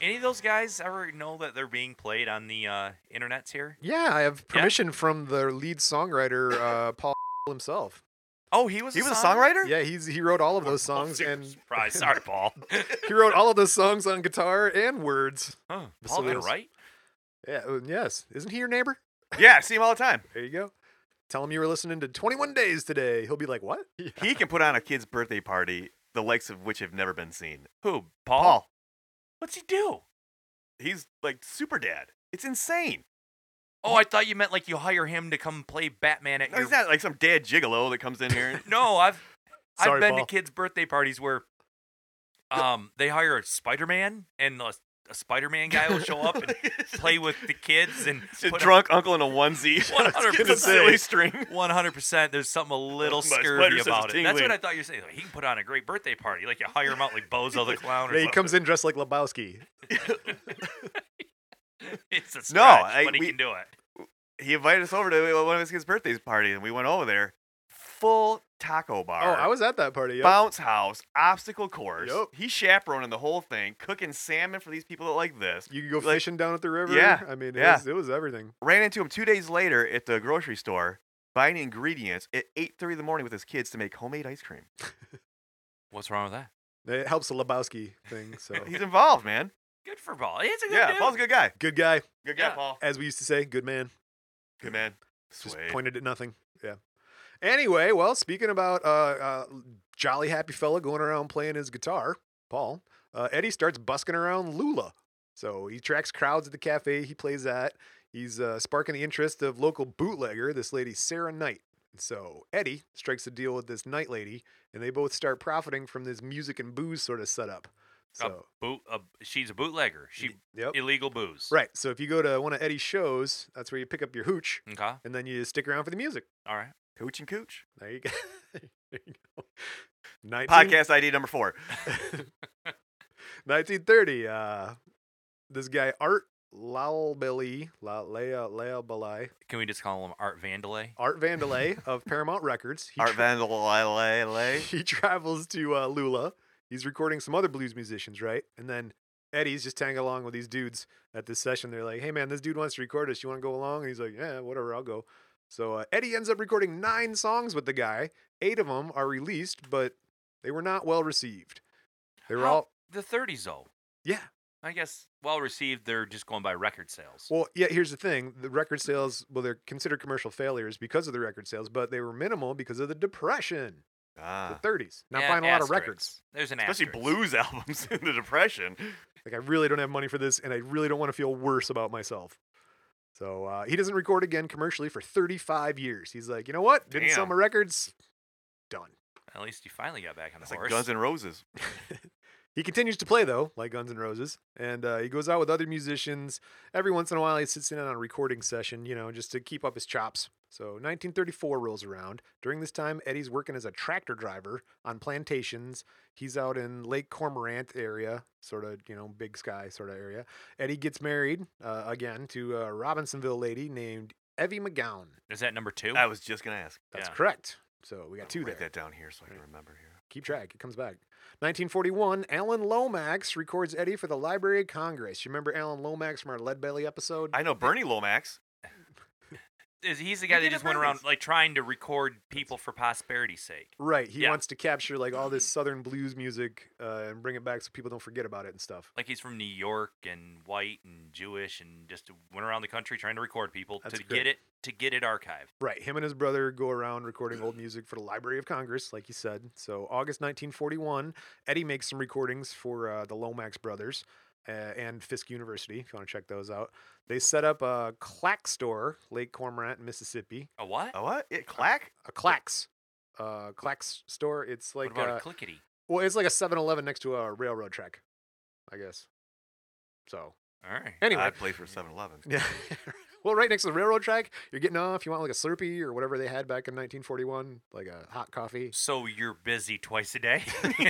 [SPEAKER 2] Any of those guys ever know that they're being played on the uh, internets here?
[SPEAKER 1] Yeah, I have
[SPEAKER 2] Yeah.
[SPEAKER 1] permission from the lead songwriter, uh, Paul himself.
[SPEAKER 2] Oh, he was.
[SPEAKER 3] He
[SPEAKER 2] a
[SPEAKER 3] was a
[SPEAKER 2] song-
[SPEAKER 3] songwriter?
[SPEAKER 1] Yeah, he's he wrote all of those
[SPEAKER 2] Oh,
[SPEAKER 1] songs,
[SPEAKER 2] super
[SPEAKER 1] and
[SPEAKER 2] surprise. Sorry, Paul.
[SPEAKER 1] he wrote all of those songs on guitar and words.
[SPEAKER 2] Huh, Paul
[SPEAKER 1] Basilios.
[SPEAKER 2] been right.
[SPEAKER 1] Yeah, uh, yes. Isn't he your neighbor?
[SPEAKER 3] Yeah, I see him all the time.
[SPEAKER 1] There you go. Tell him you were listening to 21 Days today. He'll be like, "What?"
[SPEAKER 3] He can put on a kid's birthday party, the likes of which have never been seen.
[SPEAKER 2] Who? Paul?
[SPEAKER 3] Paul,
[SPEAKER 2] What's he do? Oh,
[SPEAKER 3] he's like super dad. It's insane.
[SPEAKER 2] Oh, I thought you meant like you hire him to come play Batman at
[SPEAKER 3] No,
[SPEAKER 2] your.
[SPEAKER 3] he's not like some dad gigolo that comes in here.
[SPEAKER 2] No, I've
[SPEAKER 1] Sorry,
[SPEAKER 2] I've been
[SPEAKER 1] Paul.
[SPEAKER 2] to kids' birthday parties where um they hire a Spider Man and a, a Spider Man guy will show up and play with the kids and
[SPEAKER 3] It's a drunk uncle in a onesie. Let's get the
[SPEAKER 2] 100%.
[SPEAKER 3] silly string.
[SPEAKER 2] One hundred percent. There's something a little scurvy
[SPEAKER 3] My spider sense
[SPEAKER 2] about
[SPEAKER 3] is
[SPEAKER 2] it. That's what
[SPEAKER 3] tingling.
[SPEAKER 2] I thought you were saying. Like, he can put on a great birthday party. Like you hire him out like Bozo the clown or
[SPEAKER 1] Yeah, he
[SPEAKER 2] something.
[SPEAKER 1] comes in dressed like Lebowski.
[SPEAKER 2] It's a stretch,
[SPEAKER 3] I-
[SPEAKER 2] but he
[SPEAKER 3] we-
[SPEAKER 2] can do it.
[SPEAKER 3] He invited us over to one of his kids' birthdays party, and we went over there. Full taco bar.
[SPEAKER 1] Oh, I was at that party. yep.
[SPEAKER 3] bounce house, obstacle course.
[SPEAKER 1] Yup.
[SPEAKER 3] He's chaperoning the whole thing, cooking salmon for these people that like this.
[SPEAKER 1] You could go
[SPEAKER 3] Like-
[SPEAKER 1] fishing down at the river.
[SPEAKER 3] Yeah,
[SPEAKER 1] I mean, it,
[SPEAKER 3] yeah.
[SPEAKER 1] was, it was everything.
[SPEAKER 3] Ran into him two days later at the grocery store buying ingredients at 8.30 in the morning with his kids to make homemade ice cream.
[SPEAKER 2] What's wrong with that?
[SPEAKER 1] It helps the Lebowski thing. So
[SPEAKER 3] He's involved, man.
[SPEAKER 2] Good for Paul. He's a good
[SPEAKER 3] yeah,
[SPEAKER 2] dude.
[SPEAKER 3] Paul's a good guy.
[SPEAKER 1] good guy,
[SPEAKER 3] Good
[SPEAKER 2] guy,
[SPEAKER 3] guy, Paul.
[SPEAKER 1] as we used to say, good man.
[SPEAKER 3] Good man.
[SPEAKER 1] Just
[SPEAKER 3] Sweet.
[SPEAKER 1] pointed at nothing. Yeah. Anyway, well, speaking about uh, uh, jolly happy fella going around playing his guitar, Paul, uh, Eddie starts busking around Lula. So he tracks crowds at the cafe he plays at. He's uh, sparking the interest of local bootlegger, this lady Sarah Knight. So Eddie strikes a deal with this Knight lady, and they both start profiting from this music and booze sort of setup.
[SPEAKER 2] A
[SPEAKER 1] So
[SPEAKER 2] boot, a, she's a bootlegger. She
[SPEAKER 1] yep.
[SPEAKER 2] illegal booze.
[SPEAKER 1] Right. So if you go to one of Eddie's shows, that's where you pick up your hooch,
[SPEAKER 2] Okay. All
[SPEAKER 1] and then you stick around for the music.
[SPEAKER 2] right.
[SPEAKER 3] Cooch and Cooch.
[SPEAKER 1] There you go. there you go. 19,
[SPEAKER 3] Podcast ID number four.
[SPEAKER 1] 1930. Uh, this guy Art Lalbelly, La Lea Lalbelly,
[SPEAKER 2] Can we just call him Art Vandelay?
[SPEAKER 1] Art Vandelay of Paramount Records. He
[SPEAKER 3] Art
[SPEAKER 1] tra-
[SPEAKER 3] Vandal.
[SPEAKER 1] He travels to uh, Lula. He's recording some other blues musicians, right? And then Eddie's just tagging along with these dudes at this session. They're like, "Hey, man, this dude wants to record us. You want to go along?" And he's like, "Yeah, whatever, I'll go." So uh, Eddie ends up recording nine songs with the guy. Eight of them are released, but they were not well received. They were
[SPEAKER 2] How-
[SPEAKER 1] all
[SPEAKER 2] the 30s though.
[SPEAKER 1] yeah.
[SPEAKER 2] I guess well received. They're just going by record sales.
[SPEAKER 1] Well, yeah, here's the thing. The record sales, well, they're considered commercial failures because of the record sales, but they were minimal because of the depression,
[SPEAKER 3] Ah.
[SPEAKER 1] the 30s. Not
[SPEAKER 2] And
[SPEAKER 1] buying a lot of
[SPEAKER 2] asterisks.
[SPEAKER 1] records.
[SPEAKER 2] There's an
[SPEAKER 3] Especially
[SPEAKER 2] asterisk.
[SPEAKER 3] blues albums in the Depression.
[SPEAKER 1] Like I really don't have money for this and I really don't want to feel worse about myself. So uh, he doesn't record again commercially for 35 years. He's like, you know what? Didn't sell
[SPEAKER 3] Damn.
[SPEAKER 1] my records. Done.
[SPEAKER 2] At least you finally got back on the
[SPEAKER 3] That's like
[SPEAKER 2] horse.
[SPEAKER 3] Guns N' Roses.
[SPEAKER 1] He continues to play though, like Guns N' Roses, and uh, he goes out with other musicians. Every once in a while, he sits in on a recording session, you know, just to keep up his chops. So 1934 rolls around. During this time, Eddie's working as a tractor driver on plantations. He's out in Lake Cormorant area, sort of, you know, big sky sort of area. Eddie gets married uh, again to a Robinsonville lady named Evie McGowan.
[SPEAKER 2] Is that number two?
[SPEAKER 3] I was just gonna ask.
[SPEAKER 1] That's
[SPEAKER 2] Yeah.
[SPEAKER 1] correct. So we got two
[SPEAKER 3] Write
[SPEAKER 1] there.
[SPEAKER 3] that down here so I can remember here.
[SPEAKER 1] Keep track. It comes back. 1941, Alan Lomax records Eddie for the Library of Congress. You remember Alan Lomax from our Lead Belly episode?
[SPEAKER 3] I know Bernie Lomax.
[SPEAKER 2] Is- he's the guy that
[SPEAKER 3] did
[SPEAKER 2] just
[SPEAKER 3] it
[SPEAKER 2] went around
[SPEAKER 3] backwards.
[SPEAKER 2] like trying to record people for prosperity's sake.
[SPEAKER 1] right. He
[SPEAKER 2] Yeah.
[SPEAKER 1] wants to capture like all this Southern blues music uh, and bring it back so people don't forget about it and stuff.
[SPEAKER 2] Like he's from New York and white and Jewish and just went around the country trying to record people
[SPEAKER 1] That's
[SPEAKER 2] to
[SPEAKER 1] great.
[SPEAKER 2] get it to get it archived.
[SPEAKER 1] Right. Him and his brother go around recording old music for the Library of Congress, like you said. So, August 1941, Eddie makes some recordings for uh, the Lomax brothers uh, and Fisk University, if you want to check those out. They set up a clack store, Lake Cormorant, Mississippi.
[SPEAKER 2] A what?
[SPEAKER 3] Oh, what? It clack?
[SPEAKER 1] a Clax. Uh, Clax store. It's like
[SPEAKER 2] what about
[SPEAKER 1] uh,
[SPEAKER 2] a clickety?
[SPEAKER 1] well, it's like a 7-Eleven next to a railroad track, I guess. So
[SPEAKER 2] All right.
[SPEAKER 1] anyway,
[SPEAKER 3] I played for 7-Eleven.
[SPEAKER 1] yeah. well, right next to the railroad track, you're getting off. You want like a Slurpee or whatever they had back in 1941, like a hot coffee.
[SPEAKER 2] So you're busy twice a day.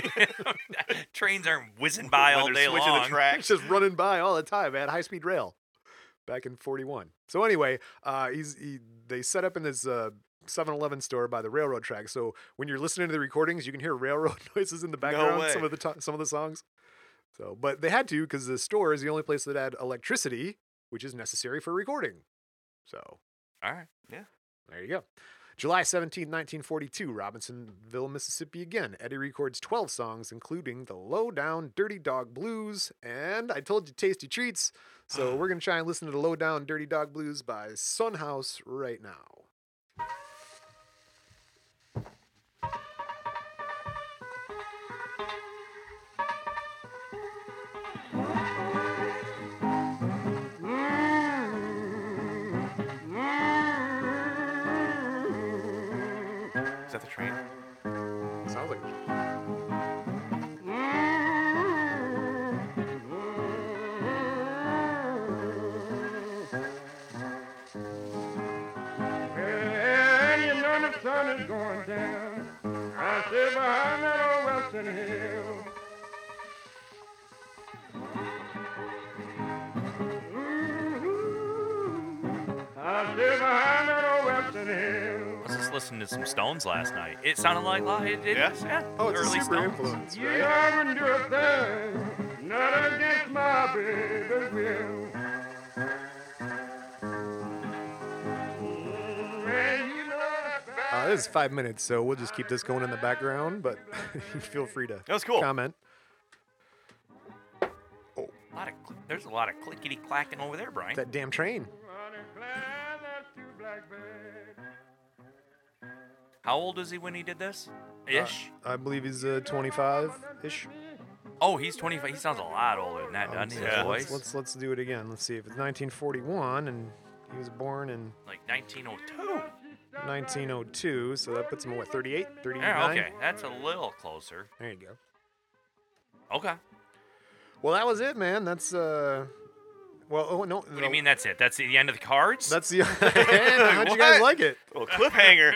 [SPEAKER 2] Trains aren't whizzing by all
[SPEAKER 3] When
[SPEAKER 2] day
[SPEAKER 3] they're switching
[SPEAKER 2] long.
[SPEAKER 3] the tracks.
[SPEAKER 1] It's just running by all the time, man. High speed rail. Back in '41. So anyway, uh, he's he, they set up in this. Uh, 7-Eleven store by the railroad track. So when you're listening to the recordings, you can hear railroad noises in the background.
[SPEAKER 3] way.
[SPEAKER 1] some of the to- some of the songs. So, but they had to because the store is the only place that had electricity, which is necessary for recording. So
[SPEAKER 2] all right.
[SPEAKER 1] there you go. July 17, 1942, Robinsonville, Mississippi again. Eddie records 12 songs, including The Low Down, Dirty Dog Blues, and I Told You Tasty Treats. So we're going to try and listen to The Low Down, Dirty Dog Blues by Sunhouse right now.
[SPEAKER 3] Is that the train?
[SPEAKER 1] Sounds like.
[SPEAKER 5] Well, you know the sun is going down. I sit behind that old western hill. Mhm. I sit behind that old western hill.
[SPEAKER 2] I was just listening to some Stones last night. It sounded like live. It did.
[SPEAKER 3] Yeah?
[SPEAKER 1] Oh, it's a
[SPEAKER 2] early
[SPEAKER 1] super
[SPEAKER 2] Stones.
[SPEAKER 1] influence,
[SPEAKER 5] You
[SPEAKER 1] right?
[SPEAKER 5] haven't do a thing, not against my baby will. Well, you know that's bad.
[SPEAKER 1] Uh, this is five minutes, so we'll just keep this going in the background, but feel free to
[SPEAKER 3] That was cool.
[SPEAKER 1] comment.
[SPEAKER 2] A lot of cl- there's a lot of clickety clacking over there, Brian.
[SPEAKER 1] That damn train.
[SPEAKER 5] Running glad that's two blackbirds.
[SPEAKER 2] How old was he when he did this? Ish.
[SPEAKER 1] I believe he's uh, 25-ish.
[SPEAKER 2] oh, he's 25. He sounds a lot older than
[SPEAKER 1] Oh,
[SPEAKER 2] that, doesn't he? His
[SPEAKER 3] yeah.
[SPEAKER 2] voice.
[SPEAKER 1] Let's, let's let's do it again. Let's see if it's 1941 and he was born in
[SPEAKER 2] like 1902.
[SPEAKER 1] 1902, so that puts him at what 38, 39.
[SPEAKER 2] Yeah, okay. That's a little closer.
[SPEAKER 1] There you go.
[SPEAKER 2] Okay.
[SPEAKER 1] Well, that was it, man. That's uh, well, oh no.
[SPEAKER 2] What do you mean that's it? That's the end of the cards?
[SPEAKER 1] That's the. how'd you guys
[SPEAKER 3] What?
[SPEAKER 1] like it?
[SPEAKER 3] Well, cliffhanger.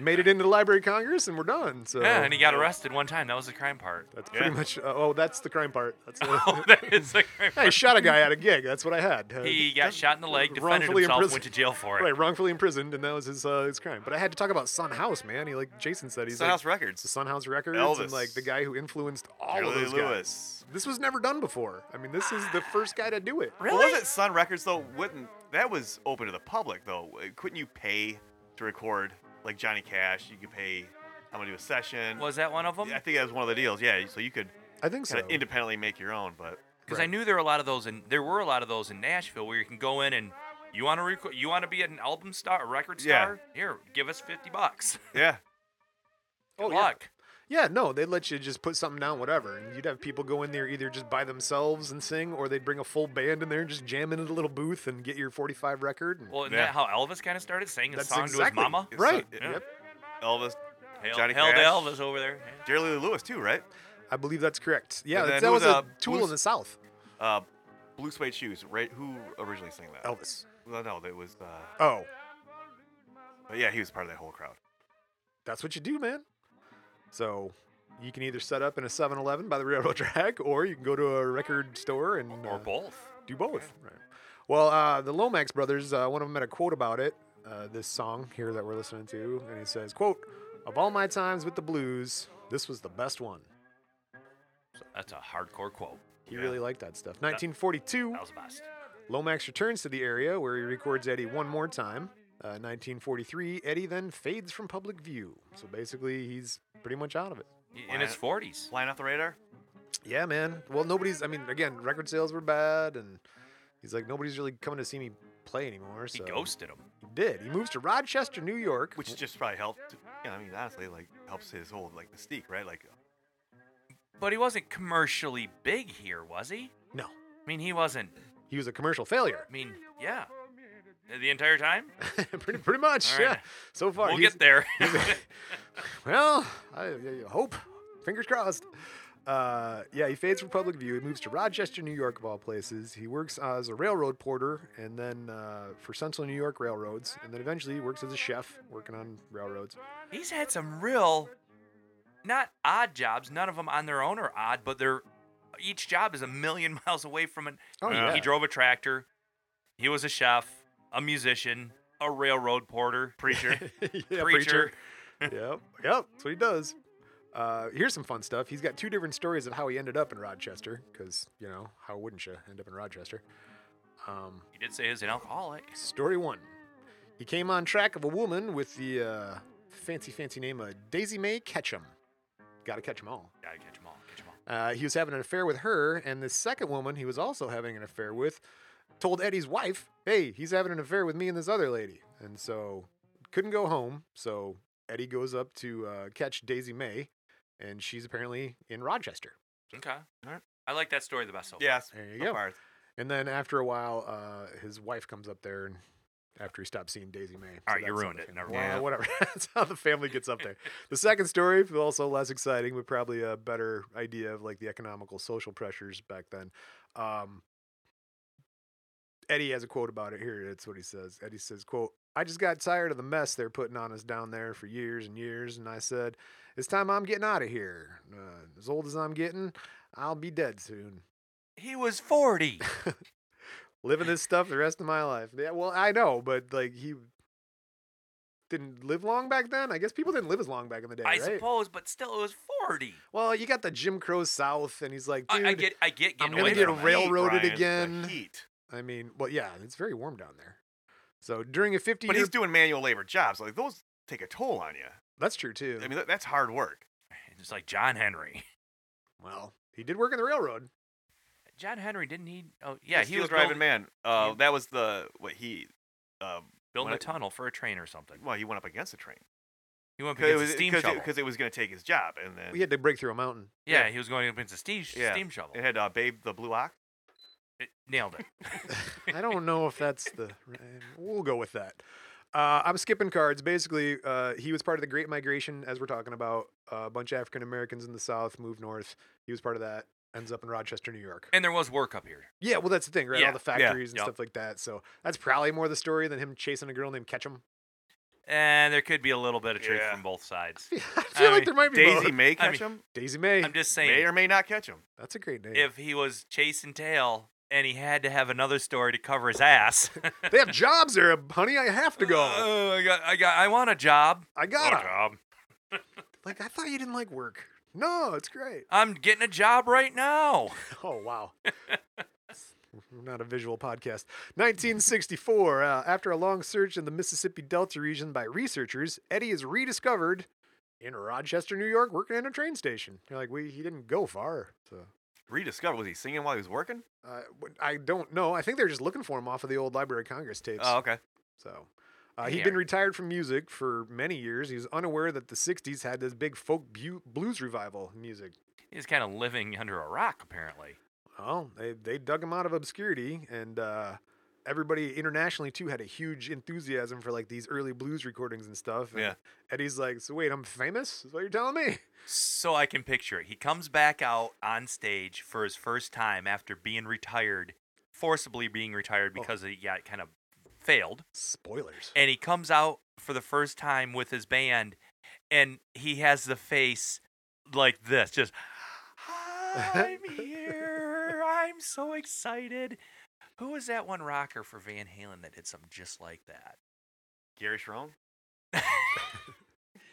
[SPEAKER 1] Made it into the Library of Congress, and we're done. So
[SPEAKER 2] yeah, and he got arrested one time. That was the crime part.
[SPEAKER 1] uh, that's
[SPEAKER 3] Yeah.
[SPEAKER 1] pretty much. Uh, oh, that's the crime part. That's. The,
[SPEAKER 2] Oh, that is the crime
[SPEAKER 1] I
[SPEAKER 2] part.
[SPEAKER 1] shot a guy at a gig. That's what I had. Uh,
[SPEAKER 2] He got shot in the leg, defended
[SPEAKER 1] wrongfully
[SPEAKER 2] himself,
[SPEAKER 1] imprisoned.
[SPEAKER 2] went to jail for it.
[SPEAKER 1] Right, wrongfully imprisoned, and that was his uh, his crime. But I had to talk about Sun House, man. He like Jason said, he's
[SPEAKER 3] Sun House
[SPEAKER 1] like,
[SPEAKER 3] Records.
[SPEAKER 1] Sun House Records, and
[SPEAKER 3] Elvis.
[SPEAKER 1] like the guy who influenced all
[SPEAKER 3] Jerry
[SPEAKER 1] of those guys.
[SPEAKER 3] Lewis.
[SPEAKER 1] This was never done before. I mean, this is the first guy to do it.
[SPEAKER 3] Well, wasn't Sun Records though? Wouldn't that was open to the public though? Uh, Couldn't you pay to record like Johnny Cash? You could pay how many a session?
[SPEAKER 2] Was that one of them?
[SPEAKER 3] I think that was one of the deals. Yeah, so you could
[SPEAKER 1] I think so.
[SPEAKER 3] kind of independently make your own, but
[SPEAKER 2] Because I
[SPEAKER 1] Right.
[SPEAKER 2] knew there were a lot of those, and there were a lot of those in Nashville where you can go in and you want to record, you want to be an album star, a record
[SPEAKER 3] Yeah.
[SPEAKER 2] star. Here, give us fifty bucks.
[SPEAKER 3] yeah,
[SPEAKER 2] Good
[SPEAKER 1] Oh, yeah.
[SPEAKER 2] luck.
[SPEAKER 1] Yeah, no, they'd let you just put something down, whatever. And you'd have people go in there either just by themselves and sing, or they'd bring a full band in there and just jam in at a little booth and get your 45 record. And
[SPEAKER 2] Well, isn't
[SPEAKER 3] Yeah.
[SPEAKER 2] that how Elvis kind of started singing a
[SPEAKER 1] that's
[SPEAKER 2] song to his
[SPEAKER 1] exactly
[SPEAKER 2] mama?
[SPEAKER 3] It's
[SPEAKER 1] Right.
[SPEAKER 3] not-
[SPEAKER 1] yep.
[SPEAKER 3] Elvis,
[SPEAKER 2] Hail,
[SPEAKER 3] Johnny
[SPEAKER 2] hail to
[SPEAKER 3] Cash.
[SPEAKER 2] Elvis over there. Yeah.
[SPEAKER 3] Jerry Lee Lewis too, right?
[SPEAKER 1] I believe that's correct. Yeah,
[SPEAKER 3] And
[SPEAKER 1] that,
[SPEAKER 3] then
[SPEAKER 1] that
[SPEAKER 3] who
[SPEAKER 1] was
[SPEAKER 3] the-
[SPEAKER 1] a tool in
[SPEAKER 3] who's-
[SPEAKER 1] the South.
[SPEAKER 3] Uh, Blue Suede Shoes. Right? Who originally sang that?
[SPEAKER 1] Elvis.
[SPEAKER 3] No, no, that was. Uh,
[SPEAKER 1] Oh,
[SPEAKER 3] but yeah, he was part of that whole crowd.
[SPEAKER 1] that's what you do, man. So you can either set up in a 7 Eleven by the railroad track, or you can go to a record store and
[SPEAKER 2] Or
[SPEAKER 1] uh,
[SPEAKER 2] both.
[SPEAKER 1] do both. Right. Well, uh, the Lomax brothers, uh, one of them had a quote about it, uh, this song here that we're listening to, and he says, "quote Of all my times with the blues, this was the best one."
[SPEAKER 2] That's a hardcore quote.
[SPEAKER 1] He
[SPEAKER 3] Yeah.
[SPEAKER 1] really liked that stuff. 1942,
[SPEAKER 2] That was the best.
[SPEAKER 1] Lomax returns to the area where he records Eddie one more time. Uh, 1943, Eddie then fades from public view. So basically, he's pretty much out of it.
[SPEAKER 2] In his
[SPEAKER 3] Wyatt.
[SPEAKER 2] 40s.
[SPEAKER 3] Flying off the radar.
[SPEAKER 1] Yeah, man. Well, nobody's. I mean, again, record sales were bad, and he's like, nobody's really coming to see me play anymore.
[SPEAKER 2] He
[SPEAKER 1] So
[SPEAKER 2] ghosted him.
[SPEAKER 1] He did. He moves to Rochester, New York.
[SPEAKER 3] which just probably helped. You know, I mean, honestly, like helps his whole like mystique, right? Like,
[SPEAKER 2] But he wasn't commercially big here, was he?
[SPEAKER 1] no,
[SPEAKER 2] I mean, he wasn't.
[SPEAKER 1] he was a commercial failure.
[SPEAKER 2] I mean, yeah. The entire time?
[SPEAKER 1] pretty, pretty much.
[SPEAKER 2] All
[SPEAKER 1] yeah.
[SPEAKER 2] right.
[SPEAKER 1] So far,
[SPEAKER 2] we'll
[SPEAKER 1] he's-
[SPEAKER 2] get there.
[SPEAKER 1] well, I, I- I hope. Fingers crossed. Uh, yeah, he fades from public view. He moves to Rochester, New York, of all places. He works uh, as a railroad porter and then uh, for Central New York Railroads. And then eventually he works as a chef working on railroads.
[SPEAKER 2] He's had some real, not odd jobs. None of them on their own are odd, but they're each job is a million miles away from an.
[SPEAKER 1] Oh,
[SPEAKER 2] he-
[SPEAKER 1] yeah.
[SPEAKER 2] He drove a tractor. He was a chef, a musician, a railroad porter, preacher.
[SPEAKER 1] yeah,
[SPEAKER 2] Preacher.
[SPEAKER 1] yep, yep, that's what he does. Uh, here's some fun stuff. He's got two different stories of how he ended up in Rochester, because, you know, how wouldn't you end up in Rochester? Um,
[SPEAKER 2] he did say he was an alcoholic.
[SPEAKER 1] Story one. He came on track of a woman with the uh, fancy, fancy name of Daisy May Ketchum. Gotta catch 'em all.
[SPEAKER 2] Gotta catch 'em all. Catch 'em all.
[SPEAKER 1] Uh, he was having an affair with her, and the second woman he was also having an affair with told Eddie's wife, Hey, he's having an affair with me and this other lady. And so couldn't go home. So Eddie goes up to uh, catch Daisy May, and she's apparently in Rochester.
[SPEAKER 2] Okay. I like that story the best so far.
[SPEAKER 3] yes,
[SPEAKER 1] There you
[SPEAKER 3] so
[SPEAKER 1] go.
[SPEAKER 3] far it's-
[SPEAKER 1] And then after a while, uh, his wife comes up there, and after he stops seeing Daisy May.
[SPEAKER 2] All right, you
[SPEAKER 1] that's how
[SPEAKER 2] ruined
[SPEAKER 1] the
[SPEAKER 2] it.
[SPEAKER 1] family-
[SPEAKER 2] Never mind.
[SPEAKER 1] Well, whatever. that's how the family gets up there. The second story, also less exciting, but probably a better idea of like the economical, social pressures back then. Um, Eddie has a quote about it here. That's what he says. Eddie says, "quote I just got tired of the mess they're putting on us down there for years and years, and I said, it's time I'm getting out of here. Uh, as old as I'm getting, I'll be dead soon."
[SPEAKER 2] He was 40.
[SPEAKER 1] living this stuff the rest of my life. Yeah, well, I know, but like he didn't live long back then. I guess people didn't live as long back in the day,
[SPEAKER 2] I
[SPEAKER 1] right?
[SPEAKER 2] suppose, but still, it was 40.
[SPEAKER 1] Well, you got the Jim Crow South, and he's like,
[SPEAKER 2] I,
[SPEAKER 1] dude,
[SPEAKER 2] I get, I get
[SPEAKER 1] I'm
[SPEAKER 2] getting
[SPEAKER 1] gonna
[SPEAKER 2] away
[SPEAKER 1] get
[SPEAKER 2] from
[SPEAKER 1] a
[SPEAKER 2] it.
[SPEAKER 1] rail-
[SPEAKER 3] heat,
[SPEAKER 1] railroaded
[SPEAKER 3] Brian, it's the
[SPEAKER 1] again.
[SPEAKER 3] heat.
[SPEAKER 1] I mean, well, yeah, it's very warm down there. So during a 50
[SPEAKER 3] But
[SPEAKER 1] year,
[SPEAKER 3] he's doing manual labor jobs. Like those take a toll on you.
[SPEAKER 1] that's true too.
[SPEAKER 3] I mean, that, that's hard work.
[SPEAKER 2] It's like John Henry.
[SPEAKER 1] well, he did work in the railroad.
[SPEAKER 2] John Henry didn't he? Oh, yeah,
[SPEAKER 3] Let's
[SPEAKER 2] he
[SPEAKER 3] do
[SPEAKER 2] was
[SPEAKER 3] a
[SPEAKER 2] building,
[SPEAKER 3] driving man. Uh,
[SPEAKER 2] Yeah.
[SPEAKER 3] That was the what he. Um,
[SPEAKER 2] building
[SPEAKER 3] when
[SPEAKER 2] a
[SPEAKER 3] it-
[SPEAKER 2] tunnel for a train or something.
[SPEAKER 3] Well, he went up against the train
[SPEAKER 2] He went up
[SPEAKER 3] because it
[SPEAKER 2] against a
[SPEAKER 3] was
[SPEAKER 2] steam
[SPEAKER 3] because
[SPEAKER 2] shovel.
[SPEAKER 3] it, 'cause it was going to take his job, and then
[SPEAKER 1] We had to break through a mountain.
[SPEAKER 2] yeah, he was going up against a steam,
[SPEAKER 3] yeah,
[SPEAKER 2] steam shovel.
[SPEAKER 3] It had uh, Babe the Blue Ox.
[SPEAKER 2] It- nailed it.
[SPEAKER 1] I don't know if that's the. eh, We'll go with that. Uh, I'm skipping cards. Basically, uh, he was part of the Great Migration, as we're talking about. Uh, a bunch of African Americans in the South moved north. He was part of that. Ends up in Rochester, New York.
[SPEAKER 2] and there was work up here.
[SPEAKER 1] Yeah, well, that's the thing, right?
[SPEAKER 2] Yeah,
[SPEAKER 1] All the
[SPEAKER 2] yeah,
[SPEAKER 1] factories and
[SPEAKER 2] yep.
[SPEAKER 1] stuff like that. So that's probably more the story than him chasing a girl named Ketchum.
[SPEAKER 2] And there could be a little bit of truth
[SPEAKER 3] Yeah.
[SPEAKER 2] from both sides.
[SPEAKER 1] I feel like
[SPEAKER 2] mean,
[SPEAKER 1] there might be
[SPEAKER 3] Daisy
[SPEAKER 1] both.
[SPEAKER 3] may
[SPEAKER 2] I
[SPEAKER 3] catch
[SPEAKER 2] mean,
[SPEAKER 3] him.
[SPEAKER 1] Daisy May.
[SPEAKER 2] I'm just
[SPEAKER 3] May
[SPEAKER 2] saying,
[SPEAKER 3] or may not catch him.
[SPEAKER 1] that's a great name.
[SPEAKER 2] if he was chasing tail and he had to have another story to cover his ass,
[SPEAKER 1] they have jobs there, honey. I have to go.
[SPEAKER 2] Oh, I got, I got, I want a job.
[SPEAKER 1] I
[SPEAKER 3] Oh,
[SPEAKER 1] got
[SPEAKER 2] Want
[SPEAKER 1] to Like I thought you didn't like work. No, it's great.
[SPEAKER 2] I'm getting a job right now.
[SPEAKER 1] Oh wow. We're not a visual podcast. 1964. Uh, after a long search in the Mississippi Delta region by researchers, Eddie is rediscovered in Rochester, New York, working in a train station. You're like, we he didn't go far. So
[SPEAKER 3] Rediscovered. Was he singing while he was working?
[SPEAKER 1] uh, I don't know. I think they're just looking for him off of the old Library of Congress tapes.
[SPEAKER 3] Oh, okay.
[SPEAKER 1] So, Uh, he'd
[SPEAKER 2] Yeah.
[SPEAKER 1] been retired from music for many years. He was unaware that the 60s had this big folk bu- blues revival in music.
[SPEAKER 2] He's kind of living under a rock, apparently.
[SPEAKER 1] Well, they, they dug him out of obscurity, and uh, everybody internationally too had a huge enthusiasm for like these early blues recordings and stuff. And
[SPEAKER 3] Yeah.
[SPEAKER 1] Eddie's like, so wait, I'm famous? Is what you're telling me?
[SPEAKER 2] So I can picture it. He comes back out on stage for his first time after being retired, forcibly being retired
[SPEAKER 1] Oh.
[SPEAKER 2] because he got kind of failed.
[SPEAKER 1] Spoilers.
[SPEAKER 2] And he comes out for the first time with his band, and he has the face like this just, I'm here. I'm so excited. Who was that one rocker for Van Halen that did something just like that?
[SPEAKER 3] Gary Sharon?
[SPEAKER 1] Nice.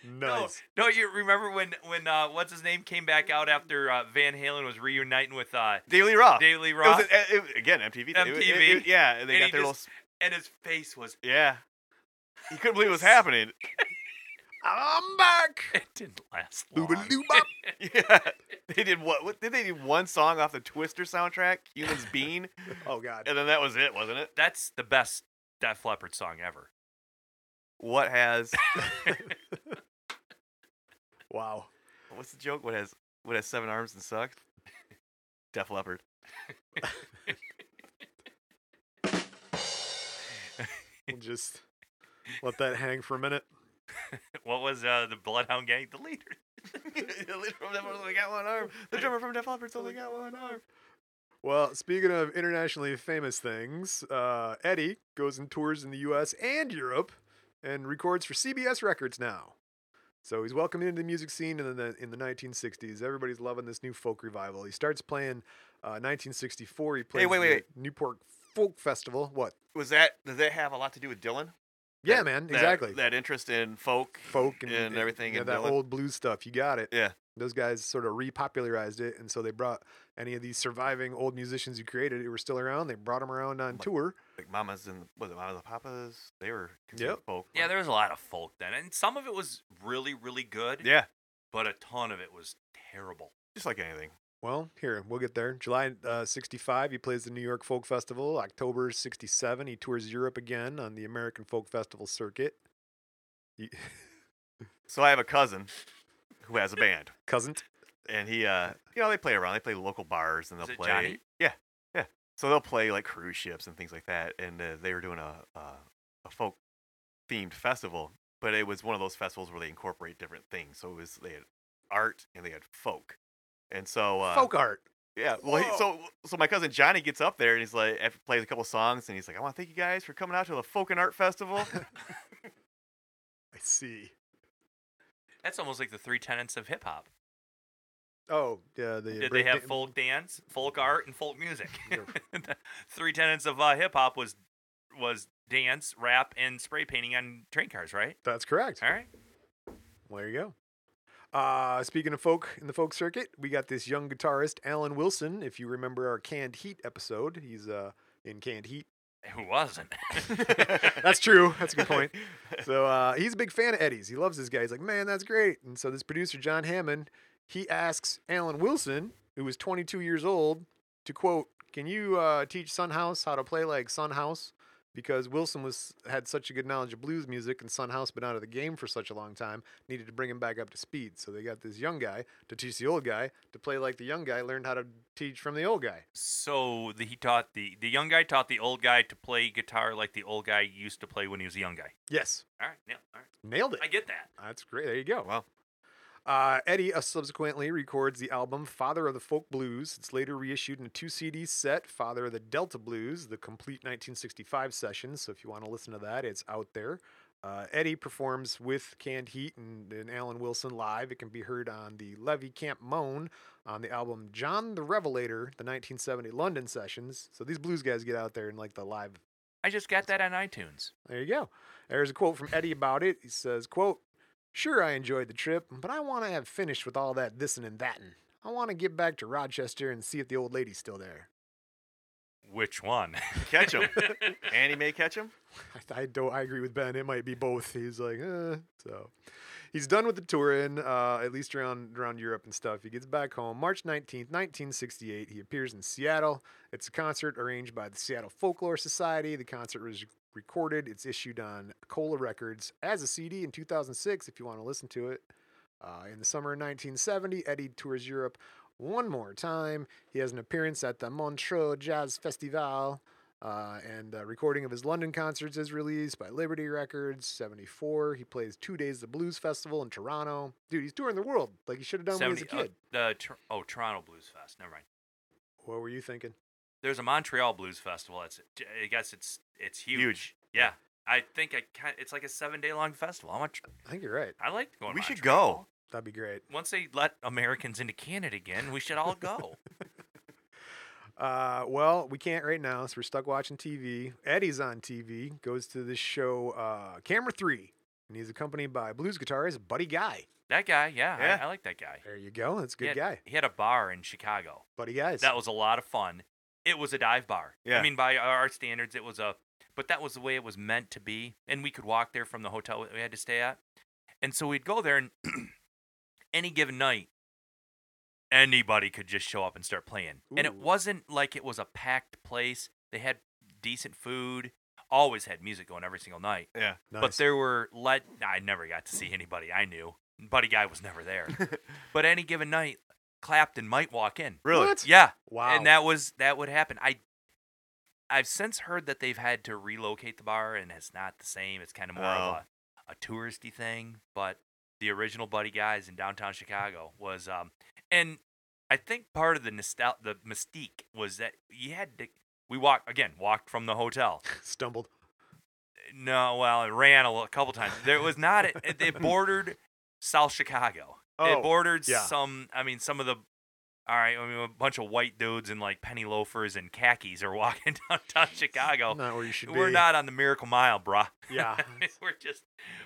[SPEAKER 2] No, no, you remember when when uh, what's his name came back out after uh, Van Halen was reuniting with uh,
[SPEAKER 3] Daily Roth.
[SPEAKER 2] Daily Lee
[SPEAKER 3] It
[SPEAKER 2] Roth,
[SPEAKER 3] was an- it- it- again, MTV. thing. It- it-
[SPEAKER 2] MTV.
[SPEAKER 3] it- yeah, and they
[SPEAKER 2] And
[SPEAKER 3] got
[SPEAKER 2] he
[SPEAKER 3] their little.
[SPEAKER 2] just-
[SPEAKER 3] s-
[SPEAKER 2] and his face was
[SPEAKER 3] Yeah. He couldn't believe what was happening.
[SPEAKER 1] I'm back.
[SPEAKER 2] it didn't last long.
[SPEAKER 1] Looba loobop.
[SPEAKER 3] Yeah. They did what? what did they do one song off the Twister soundtrack, Humans Bean?
[SPEAKER 1] Oh God.
[SPEAKER 3] And then that was it, wasn't it?
[SPEAKER 2] That's the best Def Leppard song ever.
[SPEAKER 3] What has.
[SPEAKER 1] Wow.
[SPEAKER 3] What's the joke? What has what has seven arms and sucks? Def Leppard.
[SPEAKER 1] We'll just let that hang for a minute.
[SPEAKER 2] What was uh, the Bloodhound Gang? The leader.
[SPEAKER 3] the leader from Def Leppard's only got one arm. The drummer from Def Leppard's only got one arm.
[SPEAKER 1] Well, speaking of internationally famous things, uh, Eddie goes and tours in the U.S. and Europe, and records for CBS Records now. So he's welcomed into the music scene in the in the 1960s. Everybody's loving this new folk revival. He starts playing uh, 1964. He plays
[SPEAKER 3] wait, wait,
[SPEAKER 1] the
[SPEAKER 3] wait.
[SPEAKER 1] Newport Folk Festival. What?
[SPEAKER 3] Was that does that have a lot to do with Dylan?
[SPEAKER 1] Yeah,
[SPEAKER 3] That-
[SPEAKER 1] man,
[SPEAKER 3] that-
[SPEAKER 1] exactly.
[SPEAKER 3] That interest in folk,
[SPEAKER 1] folk and,
[SPEAKER 3] and, everything,
[SPEAKER 1] yeah,
[SPEAKER 3] and
[SPEAKER 1] that
[SPEAKER 3] Dylan.
[SPEAKER 1] old blues stuff. You got it.
[SPEAKER 3] yeah,
[SPEAKER 1] those guys sort of repopularized it and so they brought any of these surviving old musicians who created it who were still around they brought them around on
[SPEAKER 3] Like-
[SPEAKER 1] tour
[SPEAKER 3] like Mamas and was it Mamas and Papas? They were considered
[SPEAKER 1] Yep.
[SPEAKER 3] folk.
[SPEAKER 2] Yeah,
[SPEAKER 3] weren't
[SPEAKER 2] there was a lot of folk then, and some of it was really really good.
[SPEAKER 3] they? yeah,
[SPEAKER 2] but a ton of it was terrible.
[SPEAKER 3] just like anything.
[SPEAKER 1] well here we'll get there july uh, 65 he plays the new york folk festival october 67 he tours europe again on the american folk festival circuit He-
[SPEAKER 3] So I have a cousin who has a band,
[SPEAKER 1] cousin
[SPEAKER 3] and he, uh, you know, they play around. They play local bars, and they'll
[SPEAKER 2] Is it
[SPEAKER 3] play.
[SPEAKER 2] Johnny?
[SPEAKER 3] Yeah, yeah. So they'll play like cruise ships and things like that. And uh, they were doing a a, a folk themed festival, but it was one of those festivals where they incorporate different things. So it was they had art and they had folk, and so uh,
[SPEAKER 1] folk art
[SPEAKER 3] Yeah. Well, he,
[SPEAKER 1] Whoa.
[SPEAKER 3] so so my cousin Johnny gets up there and he's like, after plays a couple songs, and he's like, I want to thank you guys for coming out to the Folk and Art Festival.
[SPEAKER 1] i see
[SPEAKER 2] That's almost like the three tenets of hip hop.
[SPEAKER 1] oh yeah the
[SPEAKER 2] Did they
[SPEAKER 1] break
[SPEAKER 2] have
[SPEAKER 1] dan-
[SPEAKER 2] folk dance, folk art, and folk music?
[SPEAKER 1] Yeah.
[SPEAKER 2] The Three tenets of uh, hip hop was was dance, rap, and spray painting on train cars, right?
[SPEAKER 1] that's correct
[SPEAKER 2] All right.
[SPEAKER 1] Well, there you go. Uh, speaking of folk in the folk circuit, we got this young guitarist, Alan Wilson. If you remember our Canned Heat episode, he's uh, in Canned Heat.
[SPEAKER 2] Who wasn't?
[SPEAKER 1] That's true. That's a good point. So uh, he's a big fan of Eddie's. He loves this guy. He's like, man, that's great. And so this producer, John Hammond, he asks Alan Wilson, who was 22 years old, to quote, "Can you uh, teach Sunhouse how to play like Sunhouse?" Because Wilson was had such a good knowledge of blues music, and Sunhouse been out of the game for such a long time, needed to bring him back up to speed. So they got this young guy to teach the old guy to play like the young guy learned how to teach from the old guy.
[SPEAKER 2] so the, he taught the the young guy taught the old guy to play guitar like the old guy used to play when he was a young guy.
[SPEAKER 1] Yes,
[SPEAKER 2] All right, yeah, all right.
[SPEAKER 1] nailed it.
[SPEAKER 2] I get that.
[SPEAKER 1] That's great. There you go.
[SPEAKER 3] Wow.
[SPEAKER 1] Uh, Eddie uh, subsequently records the album Father of the Folk Blues. It's later reissued in a two CD set, Father of the Delta Blues, the complete 1965 session. So if you want to listen to that, it's out there. Uh, Eddie performs with Canned Heat and, and Alan Wilson live. It can be heard on the Levy Camp Moan on the album John the Revelator, the 1970 London sessions. So these blues guys get out there and like the live
[SPEAKER 2] I just got that on iTunes.
[SPEAKER 1] there you go. There's a quote from Eddie about it. He says, quote, Sure, I enjoyed the trip, but I want to have finished with all that this and thatin'. I want to get back to Rochester and see if the old lady's still there.
[SPEAKER 2] Which one?
[SPEAKER 3] catch him. Annie may catch him.
[SPEAKER 1] I, I don't. I agree with Ben. It might be both. He's like, eh. so He's done with the touring, uh, at least around around Europe and stuff. He gets back home March 19th, 1968. He appears in Seattle. It's a concert arranged by the Seattle Folklore Society. The concert was recorded. It's issued on Cola Records as a CD in 2006 if you want to listen to it. Uh, in the summer of 1970, Eddie tours Europe one more time. He has an appearance at the Montreux Jazz Festival, uh, and a recording of his London concerts is released by Liberty Records. 74, he plays two days at the Blues Festival in Toronto. Dude, he's touring the world like he should have done when he was a
[SPEAKER 2] 70
[SPEAKER 1] kid.
[SPEAKER 2] Uh, the Tor- oh, Toronto Blues Fest. Never mind.
[SPEAKER 1] what were you thinking?
[SPEAKER 2] There's a Montreal Blues Festival. It's I guess it's it's huge.
[SPEAKER 3] Huge.
[SPEAKER 2] Yeah. I think I can It's like a seven day long festival. I want. tr-
[SPEAKER 1] I think you're right.
[SPEAKER 2] I like going.
[SPEAKER 3] we
[SPEAKER 2] to
[SPEAKER 3] should
[SPEAKER 2] Montreal.
[SPEAKER 3] go.
[SPEAKER 1] That'd be great.
[SPEAKER 2] Once they let Americans into Canada again, we should all go.
[SPEAKER 1] Uh, well, we can't right now, so we're stuck watching TV. Eddie's on TV, goes to this show, uh, Camera 3, and he's accompanied by blues guitarist Buddy Guy.
[SPEAKER 2] that guy, yeah,
[SPEAKER 3] Yeah.
[SPEAKER 2] I, I like that guy.
[SPEAKER 1] There you go. That's a good
[SPEAKER 2] he had,
[SPEAKER 1] guy.
[SPEAKER 2] He had a bar in Chicago.
[SPEAKER 1] Buddy Guys.
[SPEAKER 2] That was a lot of fun. It was a dive bar.
[SPEAKER 3] Yeah.
[SPEAKER 2] I mean, by our standards, it was a, but that was the way it was meant to be. And we could walk there from the hotel that we had to stay at. And so we'd go there, and any given night, anybody could just show up and start playing. And it
[SPEAKER 1] Ooh.
[SPEAKER 2] wasn't like it was a packed place. They had decent food, always had music going every single night.
[SPEAKER 3] Yeah.
[SPEAKER 2] But
[SPEAKER 1] Nice.
[SPEAKER 2] there were let I never got to see anybody I knew. Buddy guy was never there. but any given night, Clapton might walk in.
[SPEAKER 3] Really?
[SPEAKER 1] What?
[SPEAKER 2] Yeah.
[SPEAKER 1] Wow.
[SPEAKER 2] And that was that would happen. I I've since heard that they've had to relocate the bar and it's not the same. It's kind of more of
[SPEAKER 3] Oh.
[SPEAKER 2] a, a touristy thing, but the original Buddy Guys in downtown Chicago was um and I think part of the nostal- the mystique was that you had to we walked again, walked from the hotel.
[SPEAKER 1] Stumbled.
[SPEAKER 2] No, well, it ran a, li- a couple times. There was not it, it- it bordered South Chicago.
[SPEAKER 1] Oh,
[SPEAKER 2] it bordered
[SPEAKER 1] yeah.
[SPEAKER 2] some. I mean, some of the. All right, I mean, a bunch of white dudes in like penny loafers and khakis are walking downtown Chicago.
[SPEAKER 1] Not where you should
[SPEAKER 2] Oh, we're
[SPEAKER 1] be.
[SPEAKER 2] not on the Miracle Mile, bruh.
[SPEAKER 1] Yeah.
[SPEAKER 2] we're just,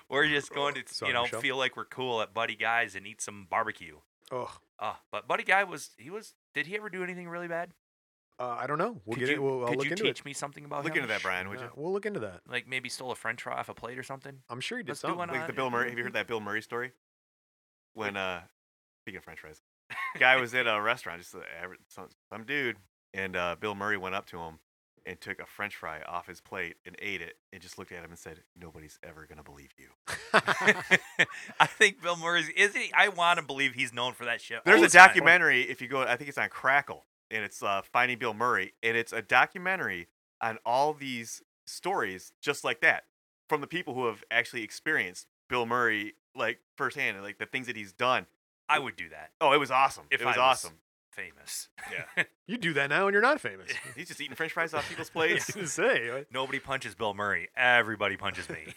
[SPEAKER 2] we're just going to,
[SPEAKER 1] Sorry,
[SPEAKER 2] you know,
[SPEAKER 1] Michelle.
[SPEAKER 2] feel like we're cool at Buddy Guy's and eat some barbecue.
[SPEAKER 1] Oh,
[SPEAKER 2] Uh, but Buddy Guy was, he was. Did he ever do anything really bad?
[SPEAKER 1] uh, I don't know. We'll
[SPEAKER 2] could
[SPEAKER 1] get
[SPEAKER 2] you,
[SPEAKER 1] it. We'll I'll
[SPEAKER 2] could
[SPEAKER 1] look
[SPEAKER 2] you
[SPEAKER 1] into
[SPEAKER 2] teach
[SPEAKER 1] it.
[SPEAKER 2] me something about
[SPEAKER 3] Look
[SPEAKER 2] him?
[SPEAKER 3] into that, Brian, would
[SPEAKER 1] Yeah,
[SPEAKER 3] you?
[SPEAKER 1] we'll look into that.
[SPEAKER 2] Like maybe stole a French fry off a plate or something.
[SPEAKER 1] I'm sure he did
[SPEAKER 2] Let's do one
[SPEAKER 1] something.
[SPEAKER 2] on-
[SPEAKER 3] Like the Bill Murray. Have you heard that Bill Murray story? When uh, speaking of French fries, guy was at a restaurant, just a average, some, some dude, and uh, Bill Murray went up to him and took a French fry off his plate and ate it, and just looked at him and said, "Nobody's ever gonna believe you."
[SPEAKER 2] I think Bill Murray's is he. I want to believe he's known for that shit.
[SPEAKER 3] There's
[SPEAKER 2] all
[SPEAKER 3] a
[SPEAKER 2] the time.
[SPEAKER 3] documentary. If you go, I think it's on Crackle, and it's uh, Finding Bill Murray, and it's a documentary on all these stories just like that from the people who have actually experienced Bill Murray like firsthand, and like the things that he's done.
[SPEAKER 2] I would do that
[SPEAKER 3] Oh, it was awesome!
[SPEAKER 2] if
[SPEAKER 3] it was
[SPEAKER 2] I was
[SPEAKER 3] awesome.
[SPEAKER 2] famous.
[SPEAKER 1] You do that now and you're not famous.
[SPEAKER 3] He's just eating French fries off people's
[SPEAKER 1] I
[SPEAKER 3] plates.
[SPEAKER 1] was gonna say. like-
[SPEAKER 2] Nobody punches Bill Murray. Everybody punches me.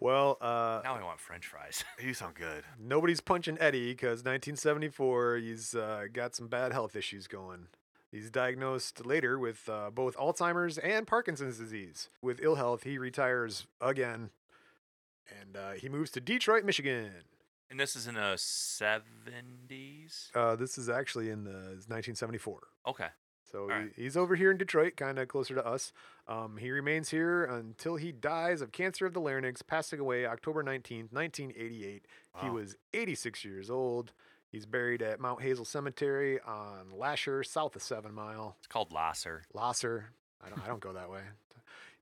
[SPEAKER 1] Well, uh,
[SPEAKER 2] now I want French fries.
[SPEAKER 3] you sound good.
[SPEAKER 1] nobody's punching Eddie because 1974, he's uh, got some bad health issues going. He's diagnosed later with uh, both Alzheimer's and Parkinson's disease. With ill health, he retires again, and uh, he moves to Detroit, Michigan.
[SPEAKER 2] And this is in the seventies.
[SPEAKER 1] Uh, this is actually in the 1974.
[SPEAKER 2] Okay.
[SPEAKER 1] So he,
[SPEAKER 2] Alright.
[SPEAKER 1] he's over here in Detroit, kind of closer to us. Um, he remains here until he dies of cancer of the larynx, passing away October 19th, 1988. He
[SPEAKER 3] Wow.
[SPEAKER 1] was 86 years old. He's buried at Mount Hazel Cemetery on Lasher, south of Seven Mile.
[SPEAKER 2] It's called Lasser.
[SPEAKER 1] Lasser. I don't, I don't go that way.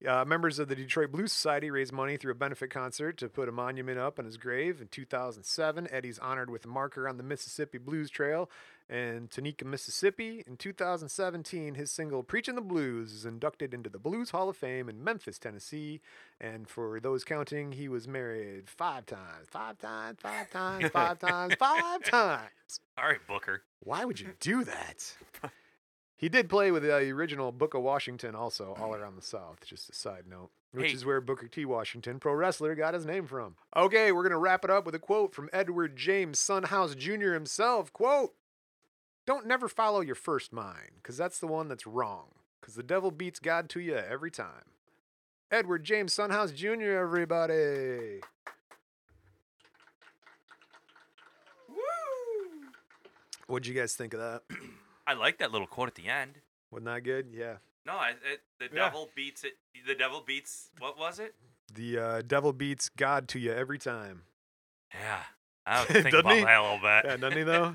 [SPEAKER 1] Uh, members of the Detroit Blues Society raised money through a benefit concert to put a monument up on his grave. In 2007, Eddie's honored with a marker on the Mississippi Blues Trail in Tunica, Mississippi. In 2017, his single Preachin' the Blues is inducted into the Blues Hall of Fame in Memphis, Tennessee. And for those counting, he was married five times, five times, five times, five times, five times.
[SPEAKER 2] All right, Booker.
[SPEAKER 1] Why would you do that? He did play with the uh, original Book of Washington also, all around the South, just a side note, which
[SPEAKER 2] Hey.
[SPEAKER 1] is where Booker T. Washington, pro wrestler, got his name from. Okay, we're going to wrap it up with a quote from Edward James Sunhouse Jr. himself. Quote, don't never follow your first mind, because that's the one that's wrong, because the devil beats God to you every time. Edward James Sunhouse Jr., everybody. What'd you guys think of that?
[SPEAKER 2] I like that little quote at the end.
[SPEAKER 1] Wasn't that good? Yeah.
[SPEAKER 2] No, I, it, the
[SPEAKER 3] Yeah.
[SPEAKER 2] devil beats it. The devil beats. What was it?
[SPEAKER 1] The uh, devil beats God to you every time.
[SPEAKER 2] Yeah. I was thinking about
[SPEAKER 1] Doesn't he?
[SPEAKER 2] that a little bit.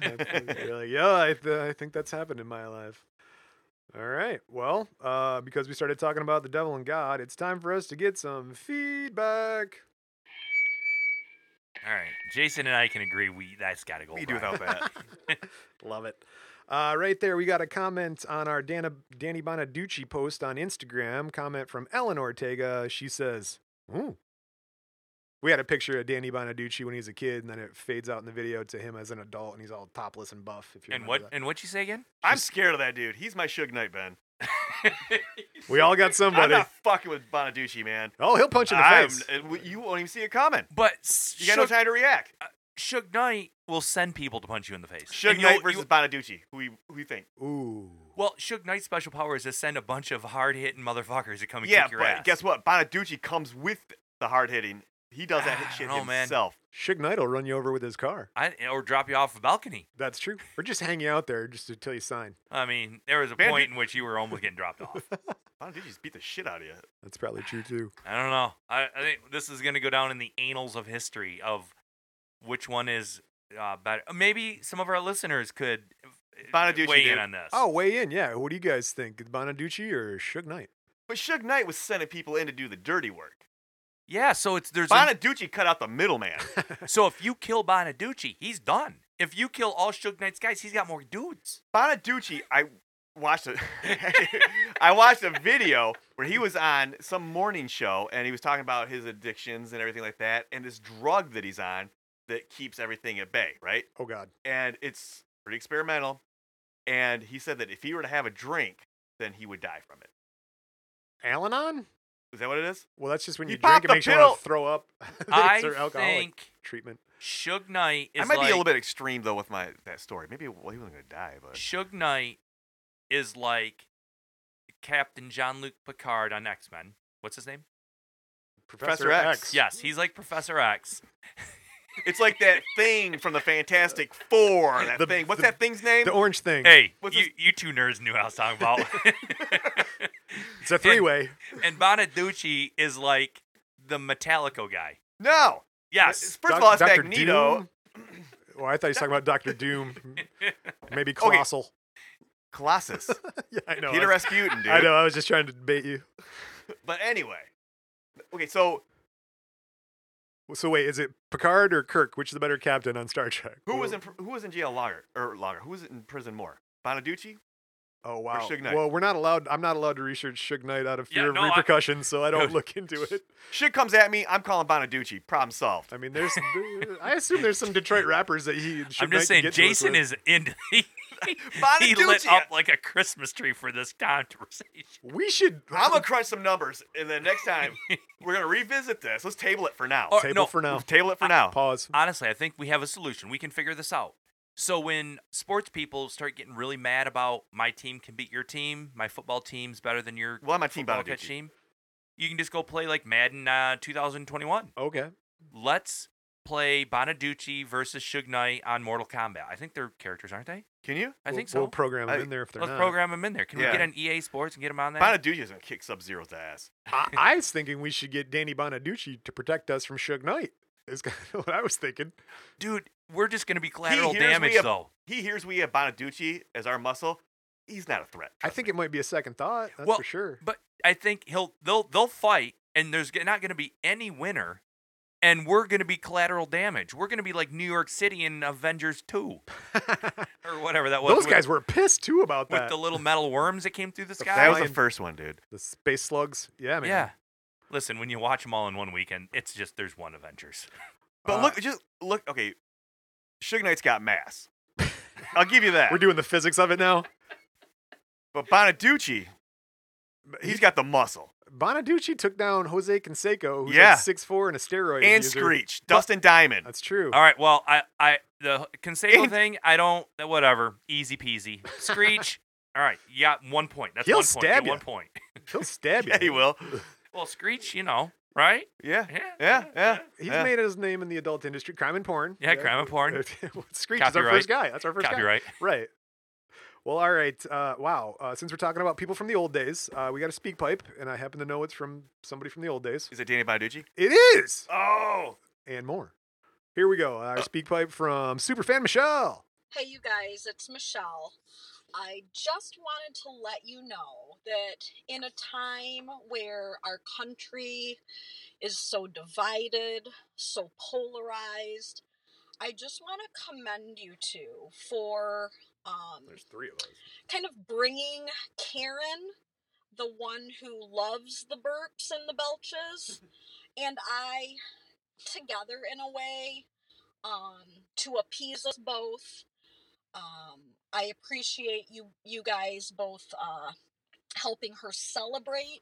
[SPEAKER 1] Yeah, doesn't he though? You're like, yeah, I, th- I think that's happened in my life. All right. Well, uh, because we started talking about the devil and God, it's time for us to get some feedback.
[SPEAKER 2] All right. Jason and I can agree we that's gotta go.
[SPEAKER 3] We do
[SPEAKER 2] Brian.
[SPEAKER 3] without that.
[SPEAKER 1] Love it. Uh, right there, we got a comment on our Dana, Danny Bonaducci post on Instagram. Comment from Ellen Ortega. She says, Ooh. We had a picture of Danny Bonaducci when he was a kid, and then it fades out in the video to him as an adult, and he's all topless and buff. If you
[SPEAKER 2] And what
[SPEAKER 1] remember that.
[SPEAKER 2] and what you say again?
[SPEAKER 3] I'm scared of that dude. He's my Suge Knight, Ben.
[SPEAKER 1] we all got
[SPEAKER 3] I'm
[SPEAKER 1] somebody.
[SPEAKER 3] not fucking with Bonaducci, man.
[SPEAKER 1] Oh, he'll punch you in the
[SPEAKER 3] I'm-
[SPEAKER 1] face.
[SPEAKER 3] uh, w- You won't even see it coming.
[SPEAKER 2] But
[SPEAKER 3] You got no
[SPEAKER 2] Suge,
[SPEAKER 3] time to react.
[SPEAKER 2] Suge Knight will send people to punch you in the face.
[SPEAKER 3] Suge
[SPEAKER 2] And you'll-
[SPEAKER 3] Knight versus
[SPEAKER 2] you-
[SPEAKER 3] Bonaducci. Who you, who you think?
[SPEAKER 1] Ooh.
[SPEAKER 2] Well, Suge Knight's special power is to send a bunch of hard hitting motherfuckers to come and
[SPEAKER 3] yeah,
[SPEAKER 2] kick your
[SPEAKER 3] but
[SPEAKER 2] ass.
[SPEAKER 3] guess what? Bonaducci comes with the hard hitting. He does that
[SPEAKER 2] I
[SPEAKER 3] hit shit
[SPEAKER 2] don't know, Ah, oh, man.
[SPEAKER 3] himself.
[SPEAKER 1] Suge Knight will run you over with his car.
[SPEAKER 2] I, or drop you off a balcony.
[SPEAKER 1] That's true. Or just hang you out there just until you sign.
[SPEAKER 2] I mean, there was a
[SPEAKER 3] Bandit-
[SPEAKER 2] point in which you were almost getting dropped off.
[SPEAKER 3] Bonaducci's beat the shit out of you.
[SPEAKER 1] That's probably true, too.
[SPEAKER 2] I don't know. I, I think this is going to go down in the annals of history of which one is uh, better. Maybe some of our listeners could uh,
[SPEAKER 3] Bonaducci,
[SPEAKER 2] weigh in
[SPEAKER 3] dude.
[SPEAKER 2] on this.
[SPEAKER 1] Oh, weigh in. Yeah. What do you guys think? Bonaducci or Suge Knight?
[SPEAKER 3] But Suge Knight was sending people in to do the dirty work.
[SPEAKER 2] yeah. So it's there's a,
[SPEAKER 3] Bonaducci cut out the middleman.
[SPEAKER 2] so if you kill Bonaducci, he's done. If you kill all Suge Knight's guys, he's got more dudes.
[SPEAKER 3] Bonaducci, I watched a, I watched a video where he was on some morning show and he was talking about his addictions and everything like that, and this drug that he's on that keeps everything at bay, right?
[SPEAKER 1] Oh, God.
[SPEAKER 3] And it's pretty experimental. And he said that if he were to have a drink, then he would die from it.
[SPEAKER 1] Alanon?
[SPEAKER 3] Is that what it is?
[SPEAKER 1] Well, that's just when
[SPEAKER 3] He
[SPEAKER 1] you drink
[SPEAKER 3] popped
[SPEAKER 1] it
[SPEAKER 3] the
[SPEAKER 1] makes you want
[SPEAKER 3] pill.
[SPEAKER 1] to throw up. It's
[SPEAKER 2] I
[SPEAKER 1] their alcoholic
[SPEAKER 2] think
[SPEAKER 1] treatment.
[SPEAKER 2] Suge Knight is
[SPEAKER 3] I might
[SPEAKER 2] like,
[SPEAKER 3] be a little bit extreme though with my that story. Maybe well, he wasn't gonna die, but
[SPEAKER 2] Suge Knight is like Captain Jean Luc Picard on X Men. What's his name?
[SPEAKER 3] Professor X.
[SPEAKER 2] Yes, he's like Professor X.
[SPEAKER 3] it's like that thing from the Fantastic Four. That
[SPEAKER 1] The-
[SPEAKER 3] thing. What's
[SPEAKER 1] the-
[SPEAKER 3] that thing's name?
[SPEAKER 1] The orange thing.
[SPEAKER 2] Hey,
[SPEAKER 3] What's
[SPEAKER 2] you,
[SPEAKER 3] his-
[SPEAKER 2] you two nerds knew how I was talking about.
[SPEAKER 1] It's a three way.
[SPEAKER 2] and Bonaducci is like the Metallico guy.
[SPEAKER 3] no.
[SPEAKER 2] Yes.
[SPEAKER 3] First of all, it's Magneto.
[SPEAKER 1] Well, Oh, I thought you were talking about Doctor Doom. Maybe Colossal.
[SPEAKER 3] Colossus.
[SPEAKER 1] Yeah, I know.
[SPEAKER 3] Peter
[SPEAKER 1] I was-
[SPEAKER 3] Rasputin, dude.
[SPEAKER 1] I know. I was just trying to bait you.
[SPEAKER 3] But anyway. Okay, so
[SPEAKER 1] So wait, is it Picard or Kirk? Which is the better captain on Star Trek?
[SPEAKER 3] who was in pr- who was in jail longer or longer? Who was in prison more? Bonaducci?
[SPEAKER 1] Oh wow.
[SPEAKER 3] Suge Knight?
[SPEAKER 1] Well, we're not allowed. I'm not allowed to research Suge Knight out of
[SPEAKER 2] Yeah,
[SPEAKER 1] fear of
[SPEAKER 2] no, I-
[SPEAKER 1] repercussions, so I don't look into it.
[SPEAKER 3] Shit comes at me, I'm calling Bonaducci. Problem solved.
[SPEAKER 1] I mean, there's. I assume there's some Detroit rappers that he. Suge
[SPEAKER 2] I'm
[SPEAKER 1] Knight
[SPEAKER 2] just saying,
[SPEAKER 1] can get to us
[SPEAKER 2] Jason
[SPEAKER 1] with.
[SPEAKER 2] is in. He, he lit
[SPEAKER 3] Bonaducci.
[SPEAKER 2] up like a Christmas tree for this conversation.
[SPEAKER 1] We should.
[SPEAKER 3] I'm gonna crunch some numbers and then next time we're gonna revisit this. Let's table it for now.
[SPEAKER 2] Or-
[SPEAKER 1] table
[SPEAKER 2] no,
[SPEAKER 1] for now.
[SPEAKER 3] Table it for now.
[SPEAKER 1] Pause.
[SPEAKER 2] Honestly, I think we have a solution. We can figure this out. So when sports people start getting really mad about my team can beat your team, my football team's better than your
[SPEAKER 3] Well, I'm on team
[SPEAKER 2] football catch
[SPEAKER 3] Bonaducci.
[SPEAKER 2] team, you can just go play like Madden uh, 2021.
[SPEAKER 1] Okay.
[SPEAKER 2] let's play Bonaducci versus Suge Knight on Mortal Kombat. I think they're characters, aren't they?
[SPEAKER 3] Can you?
[SPEAKER 2] I
[SPEAKER 1] We'll-
[SPEAKER 2] think so.
[SPEAKER 1] We'll program them
[SPEAKER 3] I-
[SPEAKER 1] in there if they're
[SPEAKER 2] let's
[SPEAKER 1] not.
[SPEAKER 2] program them in there. Can
[SPEAKER 3] Yeah.
[SPEAKER 2] we get on EA Sports and get them on there?
[SPEAKER 3] Bonaducci's gonna kick Sub Zero's ass.
[SPEAKER 1] I, I was thinking we should get Danny Bonaducci to protect us from Suge Knight. Is kind of what I was thinking.
[SPEAKER 2] Dude, we're just going to be collateral
[SPEAKER 3] he hears
[SPEAKER 2] damage,
[SPEAKER 3] we have,
[SPEAKER 2] though.
[SPEAKER 3] He hears we have Bonaducci as our muscle. He's not a threat.
[SPEAKER 1] I think it might be a second thought. That's
[SPEAKER 2] Well,
[SPEAKER 1] for sure.
[SPEAKER 2] But I think he'll they'll they'll fight, and there's g- not going to be any winner, and we're going to be collateral damage. We're going to be like New York City in Avengers Two, or whatever that was.
[SPEAKER 1] Those
[SPEAKER 2] with-
[SPEAKER 1] guys were pissed too about
[SPEAKER 2] with
[SPEAKER 1] that.
[SPEAKER 2] the little metal worms that came through the sky.
[SPEAKER 3] that was the
[SPEAKER 1] Fine.
[SPEAKER 3] first one, dude.
[SPEAKER 1] The space slugs. Yeah, man.
[SPEAKER 2] yeah. Listen, when you watch them all in one weekend, it's just there's one Avengers.
[SPEAKER 3] But
[SPEAKER 1] Uh,
[SPEAKER 3] look, just look. Okay, Suge Knight's got mass. I'll give you that.
[SPEAKER 1] We're doing the physics of it now.
[SPEAKER 3] but Bonaducci, he's got the muscle
[SPEAKER 1] Bonaducci took down Jose Canseco, who's
[SPEAKER 3] Yeah.
[SPEAKER 1] like six four and a steroid
[SPEAKER 3] and
[SPEAKER 1] abuser.
[SPEAKER 3] Screech, Dustin Diamond.
[SPEAKER 1] That's true.
[SPEAKER 2] All right. Well, I, I, the Conseco
[SPEAKER 3] And-
[SPEAKER 2] thing, I don't. uh, Whatever. Easy peasy. Screech. All right. You got one point. That's
[SPEAKER 1] He'll
[SPEAKER 2] one point. You
[SPEAKER 1] stab
[SPEAKER 2] got One
[SPEAKER 1] ya.
[SPEAKER 2] point.
[SPEAKER 1] He'll stab you.
[SPEAKER 3] Yeah, he will.
[SPEAKER 2] Well, Screech. You know, right?
[SPEAKER 3] Yeah, yeah,
[SPEAKER 2] Yeah,
[SPEAKER 3] yeah.
[SPEAKER 1] He's
[SPEAKER 3] yeah.
[SPEAKER 1] made his name in the adult industry, crime and porn.
[SPEAKER 2] Yeah, crime and porn.
[SPEAKER 1] Screech is our
[SPEAKER 2] Copyright.
[SPEAKER 1] first guy. That's our first guy.
[SPEAKER 2] Copyright.
[SPEAKER 1] Right. Well, all right. Uh, wow. Uh, since we're talking about people from the old days, uh, we got a speak pipe, and I happen to know it's from somebody from the old days.
[SPEAKER 3] Is it Danny Bonaducci?
[SPEAKER 1] It is.
[SPEAKER 3] Oh,
[SPEAKER 1] And more. Here we go. Our speak pipe from Superfan Michelle.
[SPEAKER 6] Hey, you guys, it's Michelle. I just wanted to let you know that in a time where our country is so divided, so polarized, I just want to commend you two for um,
[SPEAKER 1] three of us.
[SPEAKER 6] kind of bringing Karen, the one who loves the burps and the belches, and I together in a way um, to appease us both. Um, I appreciate you you guys both uh, helping her celebrate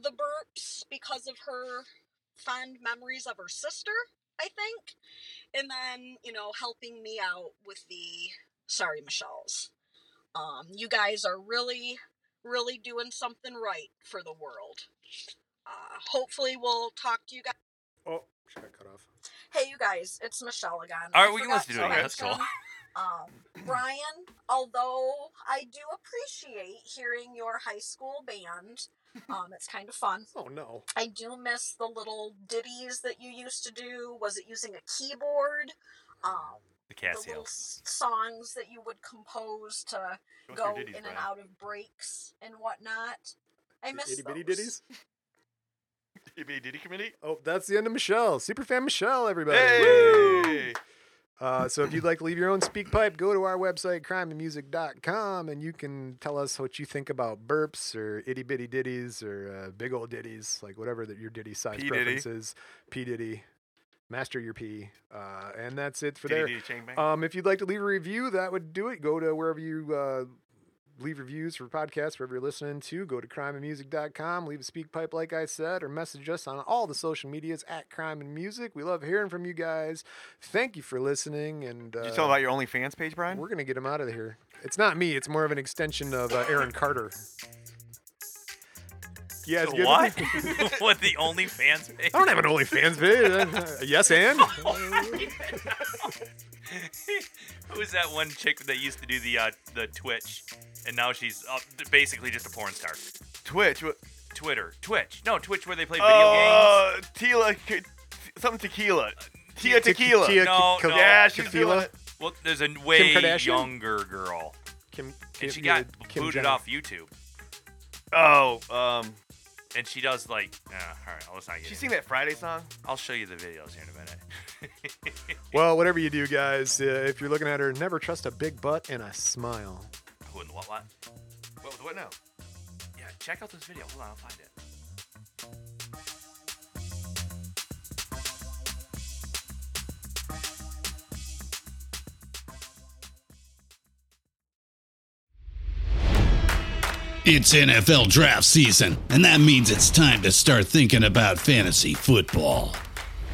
[SPEAKER 6] the burps because of her fond memories of her sister, I think, and then you know helping me out with the sorry Michelle's um, you guys are really really doing something right for the world uh, hopefully we'll talk to you guys
[SPEAKER 1] Oh, she got cut off.
[SPEAKER 6] hey you guys it's michelle again
[SPEAKER 2] All right,
[SPEAKER 6] I
[SPEAKER 2] we can
[SPEAKER 6] forgot
[SPEAKER 2] listen to it again, that's cool.
[SPEAKER 6] mention, um, brian although i do appreciate hearing your high school band um, it's kind of fun
[SPEAKER 1] Oh no.
[SPEAKER 6] I do miss the little ditties that you used to do. Was it using a keyboard? Um,
[SPEAKER 2] The
[SPEAKER 6] the little
[SPEAKER 2] Casio.
[SPEAKER 6] s- songs that you would compose to
[SPEAKER 3] Those were
[SPEAKER 6] go
[SPEAKER 3] ditties,
[SPEAKER 6] in and
[SPEAKER 3] Brian.
[SPEAKER 6] out of breaks and whatnot. I miss
[SPEAKER 1] Itty bitty
[SPEAKER 6] those.
[SPEAKER 1] ditties.
[SPEAKER 3] Diddy Diddy Committee.
[SPEAKER 1] Oh, that's the end of Michelle. Superfan Michelle, everybody.
[SPEAKER 3] Hey!
[SPEAKER 1] Uh, so if you'd like to leave your own speak pipe, go to our website, crimeandmusic.com, and you can tell us what you think about burps or itty bitty ditties or uh, big old ditties, like whatever that your ditty size
[SPEAKER 3] P. Diddy.
[SPEAKER 1] preference is. P Diddy, master your P. Uh, and that's it for
[SPEAKER 3] Diddy
[SPEAKER 1] there.
[SPEAKER 3] Diddy Chang Bang.
[SPEAKER 1] Um, if you'd like to leave a review, that would do it. Go to wherever you uh, leave reviews for podcasts, wherever you're listening to. Go to crimeandmusic.com, leave a speak pipe, like I said, or message us on all the social medias at Crime and Music. We love hearing from you guys. Thank you for listening. And uh,
[SPEAKER 3] Did you tell about your OnlyFans page, Brian?
[SPEAKER 1] we're gonna get him out of here. It's not me. It's more of an extension of uh, Aaron Carter. Yeah, it's good.
[SPEAKER 2] What? what the OnlyFans page?
[SPEAKER 1] I don't have an OnlyFans page. yes, and
[SPEAKER 2] Who was that one chick that used to do the uh, the Twitch, and now she's uh, basically just a porn star?
[SPEAKER 3] Twitch. What?
[SPEAKER 2] Twitter, Twitch. No, Twitch where they play video
[SPEAKER 1] Uh,
[SPEAKER 3] Oh, Tila, Ke- something tequila. Tia tequila.
[SPEAKER 1] Tia
[SPEAKER 2] No,
[SPEAKER 1] Ka-
[SPEAKER 2] no.
[SPEAKER 3] yeah, she's
[SPEAKER 1] Tequila?
[SPEAKER 3] doing it.
[SPEAKER 2] games. Well, there's a way
[SPEAKER 1] Kardashian?
[SPEAKER 2] younger girl,
[SPEAKER 1] Kim, Kim,
[SPEAKER 2] and she got
[SPEAKER 1] yeah, Kim
[SPEAKER 2] booted
[SPEAKER 1] Jenner.
[SPEAKER 2] off YouTube,
[SPEAKER 3] Oh, um,
[SPEAKER 2] and she does like. Uh, all right, let's not get.
[SPEAKER 3] she
[SPEAKER 2] into
[SPEAKER 3] sing
[SPEAKER 2] it.
[SPEAKER 3] that Friday song.
[SPEAKER 2] I'll show you the videos here in a minute.
[SPEAKER 1] Well, whatever you do, guys, uh, if you're looking at her, never trust a big butt and a smile.
[SPEAKER 2] Who in the what lot?
[SPEAKER 3] What, what now?
[SPEAKER 2] Yeah, check out this video. Hold on, I'll find it.
[SPEAKER 7] It's NFL draft season, and that means it's time to start thinking about fantasy football.